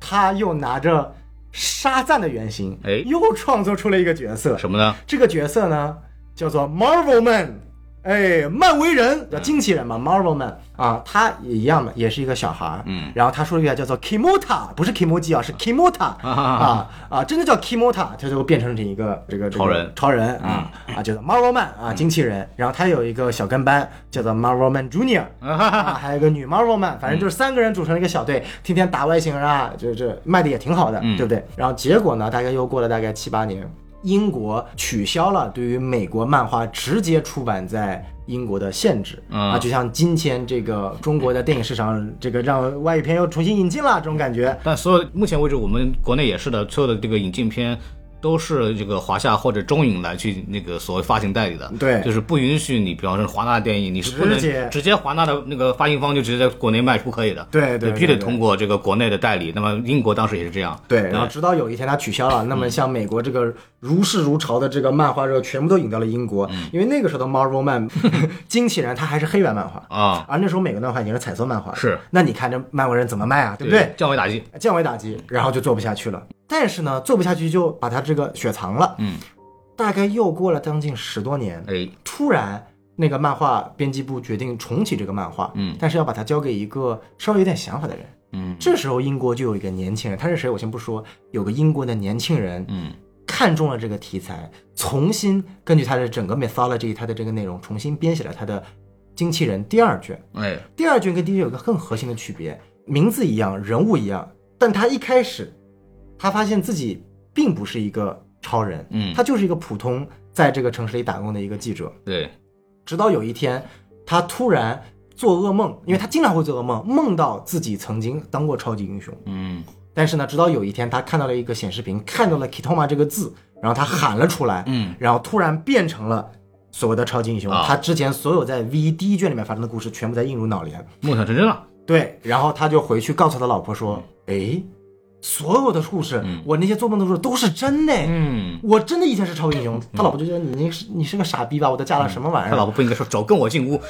S2: 他又拿着沙赞的原型，
S1: 哎
S2: 又创作出了一个角色。
S1: 什么呢？
S2: 这个角色呢，叫做 Marvel Man，哎，漫威人，叫惊奇人嘛，Marvel Man 啊，他也一样嘛，也是一个小孩儿。
S1: 嗯
S2: 然后他说了一个叫做 Kimota，不是 Kimoji 啊，是 Kimota 啊啊，真的叫 Kimota，他就变成这一个这个这个
S1: 超人嗯
S2: 超人啊啊，叫做 Marvel Man 啊，惊奇人。然后他有一个小跟班，叫做 Marvel Man
S1: [laughs]
S2: Junior。啊，还有一个女 Marvel Man，反
S1: 嗯
S2: 正就是三个人组成了一个小队，天天打外星人啊，这这卖的也挺好的，
S1: 嗯
S2: 对不对？然后结果呢，大概又过了大概七八年，英国取消了对于美国漫画直接出版在英国的限制、
S1: 嗯
S2: 啊，就像今天这个中国的电影市场，这个让外语片又重新引进了这种感觉。
S1: 但所有目前为止，我们国内也是的，所有的这个引进片都是这个华夏或者中影来去那个所谓发行代理的，
S2: 对
S1: 就是不允许你，比方说华纳电影，你是不能
S2: 直接
S1: 直接华纳的那个发行方就直接在国内卖不可以的，
S2: 对对
S1: 你必须得
S2: 对对
S1: 通过这个国内的代理。那么英国当时也是这样，
S2: 对，然
S1: 然
S2: 后
S1: 后
S2: 直到有一天它取消了，那么
S1: 嗯
S2: 像美国这个如是如潮的这个漫画热，全部都引到了英国，
S1: 嗯
S2: 因为那个时候的 Marvel Man
S1: [laughs]
S2: 惊奇人，它还是黑白漫画，
S1: 啊，
S2: 而那时候美国漫画已经是彩色漫画了，
S1: 是，
S2: 那你看这漫威人怎么卖啊，对不对？
S1: 降维打击，
S2: 降维打击，然后就做不下去了。但是呢，做不下去就把他这个雪藏了。
S1: 嗯，
S2: 大概又过了将近十多年，
S1: 哎，
S2: 突然那个漫画编辑部决定重启这个漫画，
S1: 嗯
S2: 但是要把它交给一个稍微有点想法的人。
S1: 嗯
S2: 这时候英国就有一个年轻人，他是谁我先不说，有个英国的年轻人
S1: 嗯
S2: 看中了这个题材，重新根据他的整个 mythology，他的这个内容重新编写了他的《惊奇人》第二卷。
S1: 哎，
S2: 第二卷跟第一卷有个更核心的区别，名字一样，人物一样，但他一开始，他发现自己并不是一个超人，
S1: 嗯
S2: 他就是一个普通在这个城市里打工的一个记者。
S1: 对，
S2: 直到有一天，他突然做噩梦，因为他经常会做噩梦，梦到自己曾经当过超级英雄。
S1: 嗯
S2: 但是呢，直到有一天，他看到了一个显示屏，看到了 Kitoma 这个字，然后他喊了出来，
S1: 嗯，
S2: 然后突然变成了所谓的超级英雄。
S1: 啊
S2: 他之前所有在 V 一第一卷里面发生的故事，全部在映入脑帘。
S1: 梦想成真了，
S2: 对，然后他就回去告诉他老婆说：“
S1: 嗯
S2: 哎，所有的故事，我那些做梦的故事都是真的，
S1: 嗯。
S2: 我真的以前是超级英雄。他老婆就觉得你你是你是个傻逼吧，我都嫁了什么玩意
S1: 他
S2: 儿？
S1: 老婆不应该说走，跟我进屋。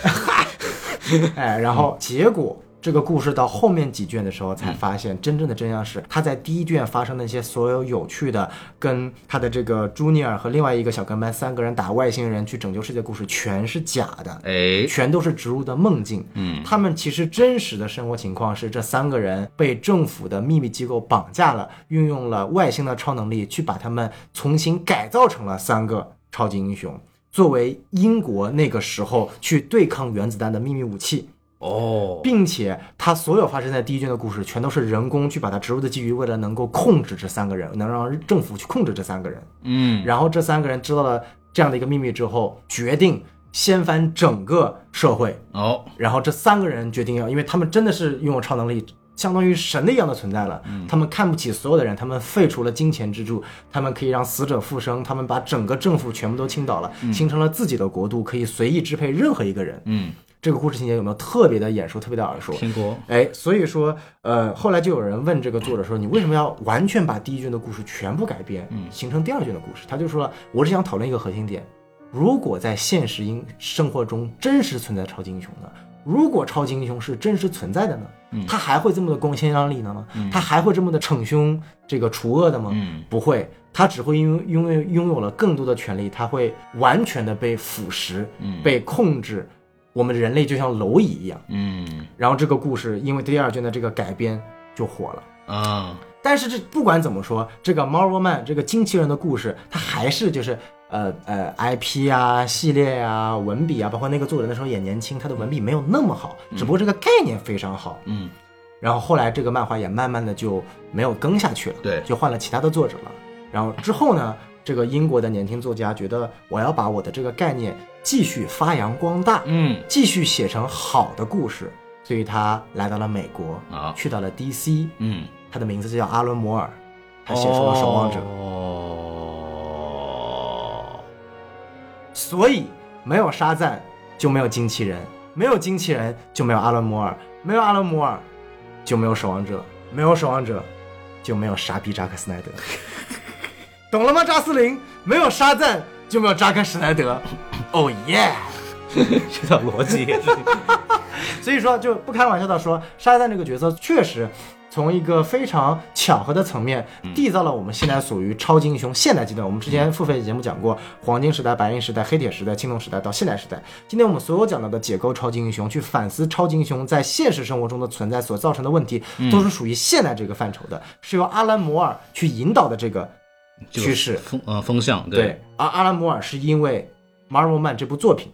S2: 哎，然后结果。这个故事到后面几卷的时候，才发现真正的真相是，他在第一卷发生的一些所有有趣的，跟他的这个朱尼尔和另外一个小跟班三个人打外星人去拯救世界的故事，全是假的。
S1: 哎，
S2: 全都是植入的梦境。嗯，他们其实真实的生活情况是，这三个人被政府的秘密机构绑架了，运用了外星的超能力去把他们重新改造成了三个超级英雄，作为英国那个时候去对抗原子弹的秘密武器。
S1: 哦，
S2: 并且它所有发生在第一卷的故事，全都是人工去把它植入的基于，为了能够控制这三个人，能让政府去控制这三个人。
S1: 嗯，
S2: 然后这三个人知道了这样的一个秘密之后，决定掀翻整个社会。
S1: 哦，
S2: 然后这三个人决定要，因为他们真的是拥有超能力，相当于神的一样的存在了。他们看不起所有的人，他们废除了金钱支柱，他们可以让死者复生，他们把整个政府全部都倾倒了，形成了自己的国度，可以随意支配任何一个人。
S1: 嗯，
S2: 这个故事情节有没有特别的眼熟，特别的耳熟？
S1: 听过，
S2: 哎，所以说，呃，后来就有人问这个作者说，你为什么要完全把第一卷的故事全部改编，
S1: 嗯
S2: 形成第二卷的故事？他就说了，我只想讨论一个核心点：如果在现实英生活中真实存在超级英雄呢？如果超级英雄是真实存在的呢？
S1: 嗯
S2: 他还会这么的光鲜亮丽呢吗？他还会这么的逞凶这个除恶的吗？
S1: 嗯
S2: 不会，他只会因为因为拥有了更多的权利，他会完全的被腐蚀、
S1: 嗯
S2: 被控制。我们人类就像蝼蚁一样。
S1: 嗯
S2: 然后这个故事因为第二卷的这个改编就火了。
S1: 啊，
S2: 但是这不管怎么说，这个 Marvel Man 这个惊奇人的故事，它还是就是呃呃 IP 啊、系列啊、文笔啊，包括那个作者那时候也年轻，他的文笔没有那么好，只不过这个概念非常好。
S1: 嗯，
S2: 然后后来这个漫画也慢慢的就没有更下去了，
S1: 对
S2: 就换了其他的作者了。然后之后呢，这个英国的年轻作家觉得我要把我的这个概念继续发扬光大，
S1: 嗯
S2: 继续写成好的故事，所以他来到了美国，
S1: 啊，
S2: 去到了 DC，
S1: 嗯，
S2: 他的名字就叫阿伦摩尔，他写出了《守望者》
S1: 哦，
S2: 所以没有沙赞就没有惊奇人，没有惊奇人就没有阿伦摩尔，没有阿伦摩尔就没有守望者，没有守望者就没有傻逼扎克斯奈德，懂了吗？扎斯林，没有沙赞就没有扎克施奈德，哦耶！
S1: 这套逻 [laughs] 辑也是，
S2: 所以说，就不开玩笑的说，沙赞这个角色确实从一个非常巧合的层面，缔造了我们现在属于超级英雄现代阶段。我们之前付费节目讲过， [laughs] 黄金时代、白银时代、黑铁时代、青铜时代到现代时代。今天我们所有讲到的解构超级英雄，去反思超级英雄在现实生活中的存在所造成的问题，都是属于现代这个范畴的，是由阿兰摩尔去引导的这个
S1: 这
S2: 趋
S1: 个
S2: 势。
S1: 风呃风向，
S2: 对，而阿兰摩尔是因为《Marvel Man》这部作品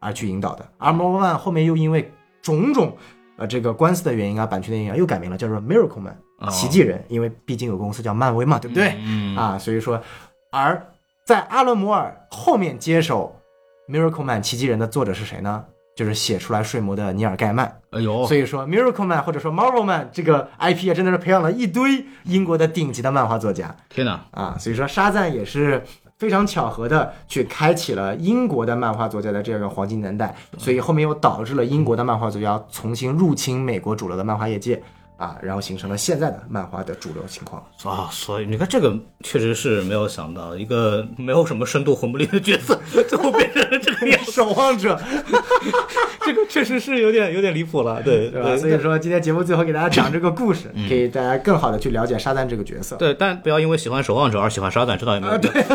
S2: 而去引导的，而《Marvel Man》后面又因为种种呃这个官司的原因啊、版权的原因啊，又改名了，叫做《Miracle Man
S1: 哦》
S2: 奇迹人，因为毕竟有公司叫漫威嘛，对不对？
S1: 嗯
S2: 啊，所以说，而在阿伦摩尔后面接手《Miracle Man》奇迹人的作者是谁呢？就是写出来《睡魔》的尼尔盖曼。
S1: 哎呦，
S2: 所以说，《Miracle Man》或者说《Marvel Man》这个 IP 啊，真的是培养了一堆英国的顶级的漫画作家。
S1: 天哪，
S2: 啊，所以说沙赞也是非常巧合的去开启了英国的漫画作家的这个黄金年代，所以后面又导致了英国的漫画作家重新入侵美国主流的漫画业界啊，然后形成了现在的漫画的主流情况。 [laughs]
S1: 啊，所以你看，这个确实是没有想到，一个没有什么深度、魂不吝的角色， [laughs] 最后变成了这个样子，
S2: 守望者，
S1: 这个确实是有点有点离谱了，对
S2: 对吧？所以说今天节目最后给大家讲这个故事，可以大家更好的去了解沙赞这个角色。
S1: 嗯对，但不要因为喜欢守望者而喜欢沙赞，知道有
S2: 啊
S1: 没有？对， [laughs]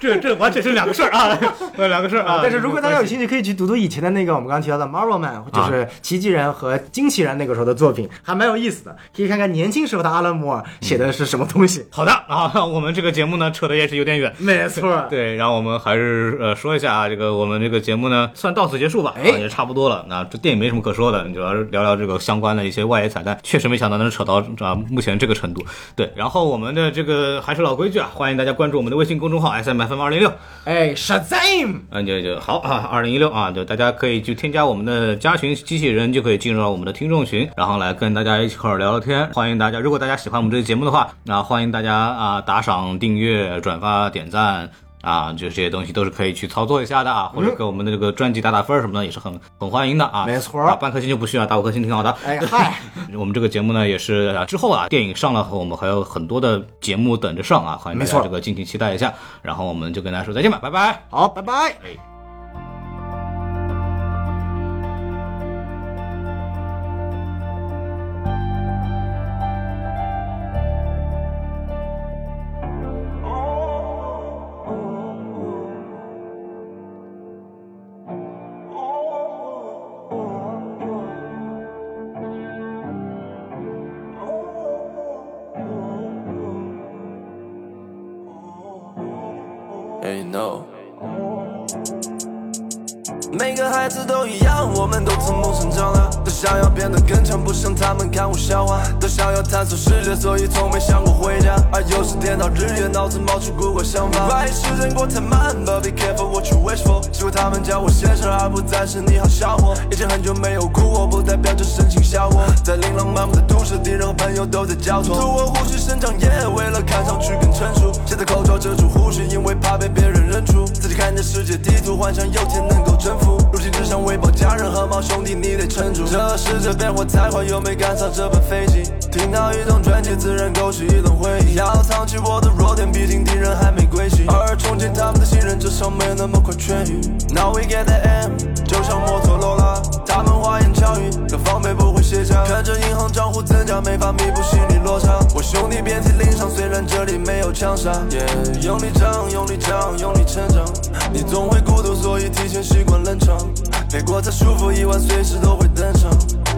S1: 这这完全是两个事儿啊，呃两个事儿啊
S2: 啊，。但是如果大家有兴趣，可以去读读以前的那个我们刚刚提到的《Marvel Man》，就是
S1: 啊
S2: 奇迹人和惊奇人那个时候的作品，还蛮有意思的。可以看看年轻时候的阿兰摩尔写的是什么东西。
S1: 好的啊，我们这个节目呢扯得也是有点远。
S2: 没错，
S1: 对，然后我们还是呃说一下啊，这个我们这个节目呢算到此结束吧，啊
S2: 哎
S1: 也差不多了。那这电影没什么可说的，主要是聊聊这个相关的一些外野彩蛋，确实没想到能扯到啊目前这个程度。对，然后我们的这个还是老规矩啊，欢迎大家关注我们的微信公众号 S M F M 二零六，
S2: 哎，Shazam！
S1: 嗯，就就好啊，二零一六啊，就大家可以去添加我们的加群机器人，就可以进入到我们的听众群，然后来跟大家一块儿聊聊天。欢迎大家，如果大家喜欢我们这个节目的话，那欢迎大家啊打赏、订阅、转发、点赞啊，就这些东西都是可以去操作一下的啊，或者给我们的这个专辑打打分儿什么的，也是很很欢迎的啊。
S2: 嗯没错
S1: 啊，半颗星就不需要，打五颗星挺好的。
S2: 哎
S1: [laughs]
S2: 嗨，
S1: 我们这个节目呢，也是啊之后啊，电影上了后，我们还有很多的节目等着上啊，欢迎大
S2: 没
S1: 家
S2: 错
S1: 这个敬请期待一下。然后我们就跟大家说再见吧，拜拜。
S2: 好，拜拜。
S4: Hey no。每个孩子都一样，我们都曾梦想长大，都想要变得啊更强，不想他们看我笑话，都想要探索世界，所以从没想过回家。而有时颠电脑日夜脑子冒出古怪想法。万一时间过太慢，But be careful what you wish for。希望他们叫我先生，而不再是你好小伙。已经很久没有哭过，不代表这深情笑我。在琳琅满目的都市，敌人和朋友都在交错。我胡须生长，也为了看上去更成熟。现在口罩遮住胡须，因为怕被别人认出。自己看着世界地图，幻想有天能够征服。如今只想喂饱家人和猫兄弟，你得撑住。这世界变化太快，又没赶上这班飞机。听到一张专辑，自然勾起一段回忆。要藏起我的弱点，毕竟敌人还没归西。偶尔憧憬他们的信任，至少没那么快痊愈。Now we get the M，就像摩托罗拉，他们花言巧语，可防备不会协调。看着银行账户增加，没法弥补心理落差。我兄弟遍体鳞伤，虽然这里没有枪杀。Yeah，用力长，用力长，用力成长。你总会孤独，所以提前习惯冷场。别过太舒服，意外随时都会登场。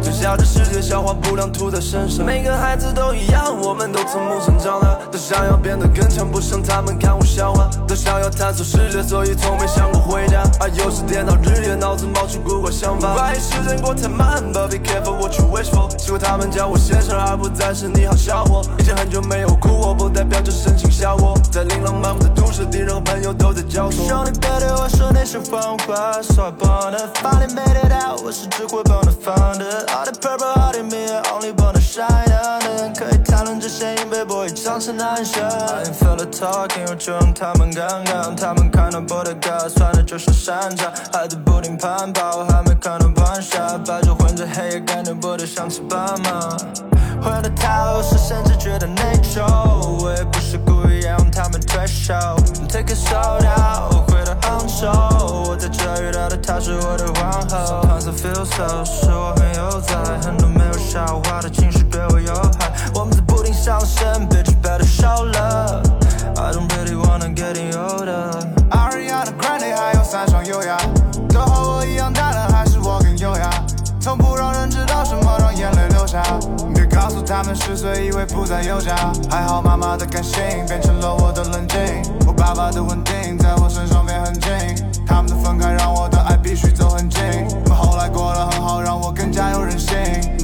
S4: 就像这世界消化不良，吐在身上。每个孩子都一样，我们都从梦成长大，都想要变得更强，不想他们看我笑话，都想要探索世界，所以从没想过回家。而有时颠倒日夜，脑子冒出古怪想法。万一时间过太慢，But be careful what you wish for。希望他们叫我先生，而不再是你好小伙。已经很久没有哭过，不代表这深情笑我。在琳琅满目的都市，敌人和朋友都在交错。兄弟，别对我说你是疯瓜，耍棒的，Finally made it out，我是只会棒的 founder。All the purple heart in me, only wanna shine on。可以谈论这些因为我已长成男生。I ain't feel the talking，我就让他们看看，他们看到我的歌，算的就是擅长，还在不停攀爬，我还没看到晚霞，白昼混着黑夜，感觉不得像是斑马。回到逃是甚至觉得内疚，我也不是故意要让他们退守。Take a soda，我回到杭州，我在这遇到的她是我的皇后。Sometimes I feel so，是我很悠哉，很多没有消化的情绪对我有害。我们在不停上升，bitch better show love。I don't really wanna getting older。
S5: Ariana Grande 还有三上优雅，都和我一样淡然，还是我更优雅。从不让人知道什么让眼泪流下，别告诉他们十岁以为不再有家。还好妈妈的感性变成了我的冷静，我爸爸的稳定在我身上变很近。他们的分开让我的爱必须走很近，可后来过得很好，让我更加有人性。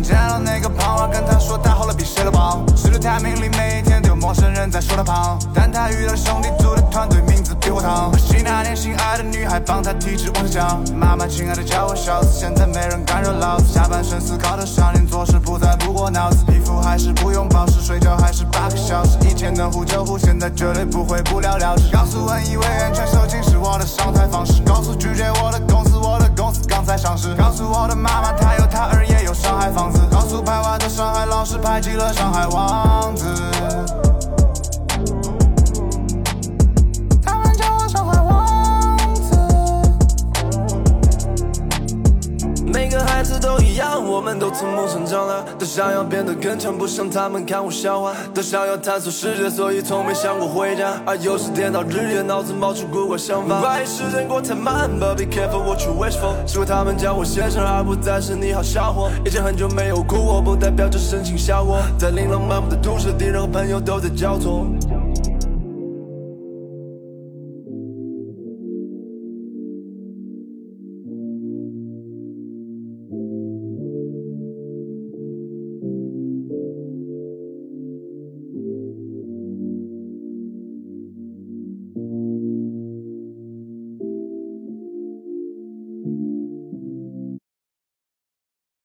S5: 见到那个胖娃，跟他说他后来比谁都棒，十六太名里每天都有陌生人在说他胖，但他遇到兄弟组的团队名字比我长。可惜那年心爱的女孩帮他提质妄想，妈妈亲爱的叫我小子，现在没人敢惹老子。下半身思考的少年，做事不再不过脑子，皮肤还是不用保湿，睡觉还是八个小时，以前能护就护，现在绝对不会不了了之。告诉文以为人全收紧是我的上台方式，告诉拒绝我的公司，我的公司刚才上市，告诉我的妈妈，她有她儿，也有上海房子，告诉排外的上海老师排挤了上海王子。他们叫我上海王子。
S4: 每个孩子都一样，我们都从梦成长大，都想要变得更强，不想他们看我笑话，都想要探索世界，所以从没想过回家。而有时颠倒日夜，脑子冒出古怪想法。万一时间过太慢，But be careful what you wish for。希望他们叫我先生，而不再是你好小伙。已经很久没有哭过，不代表这深情笑我。在琳琅满目的都市，敌人和朋友都在交错。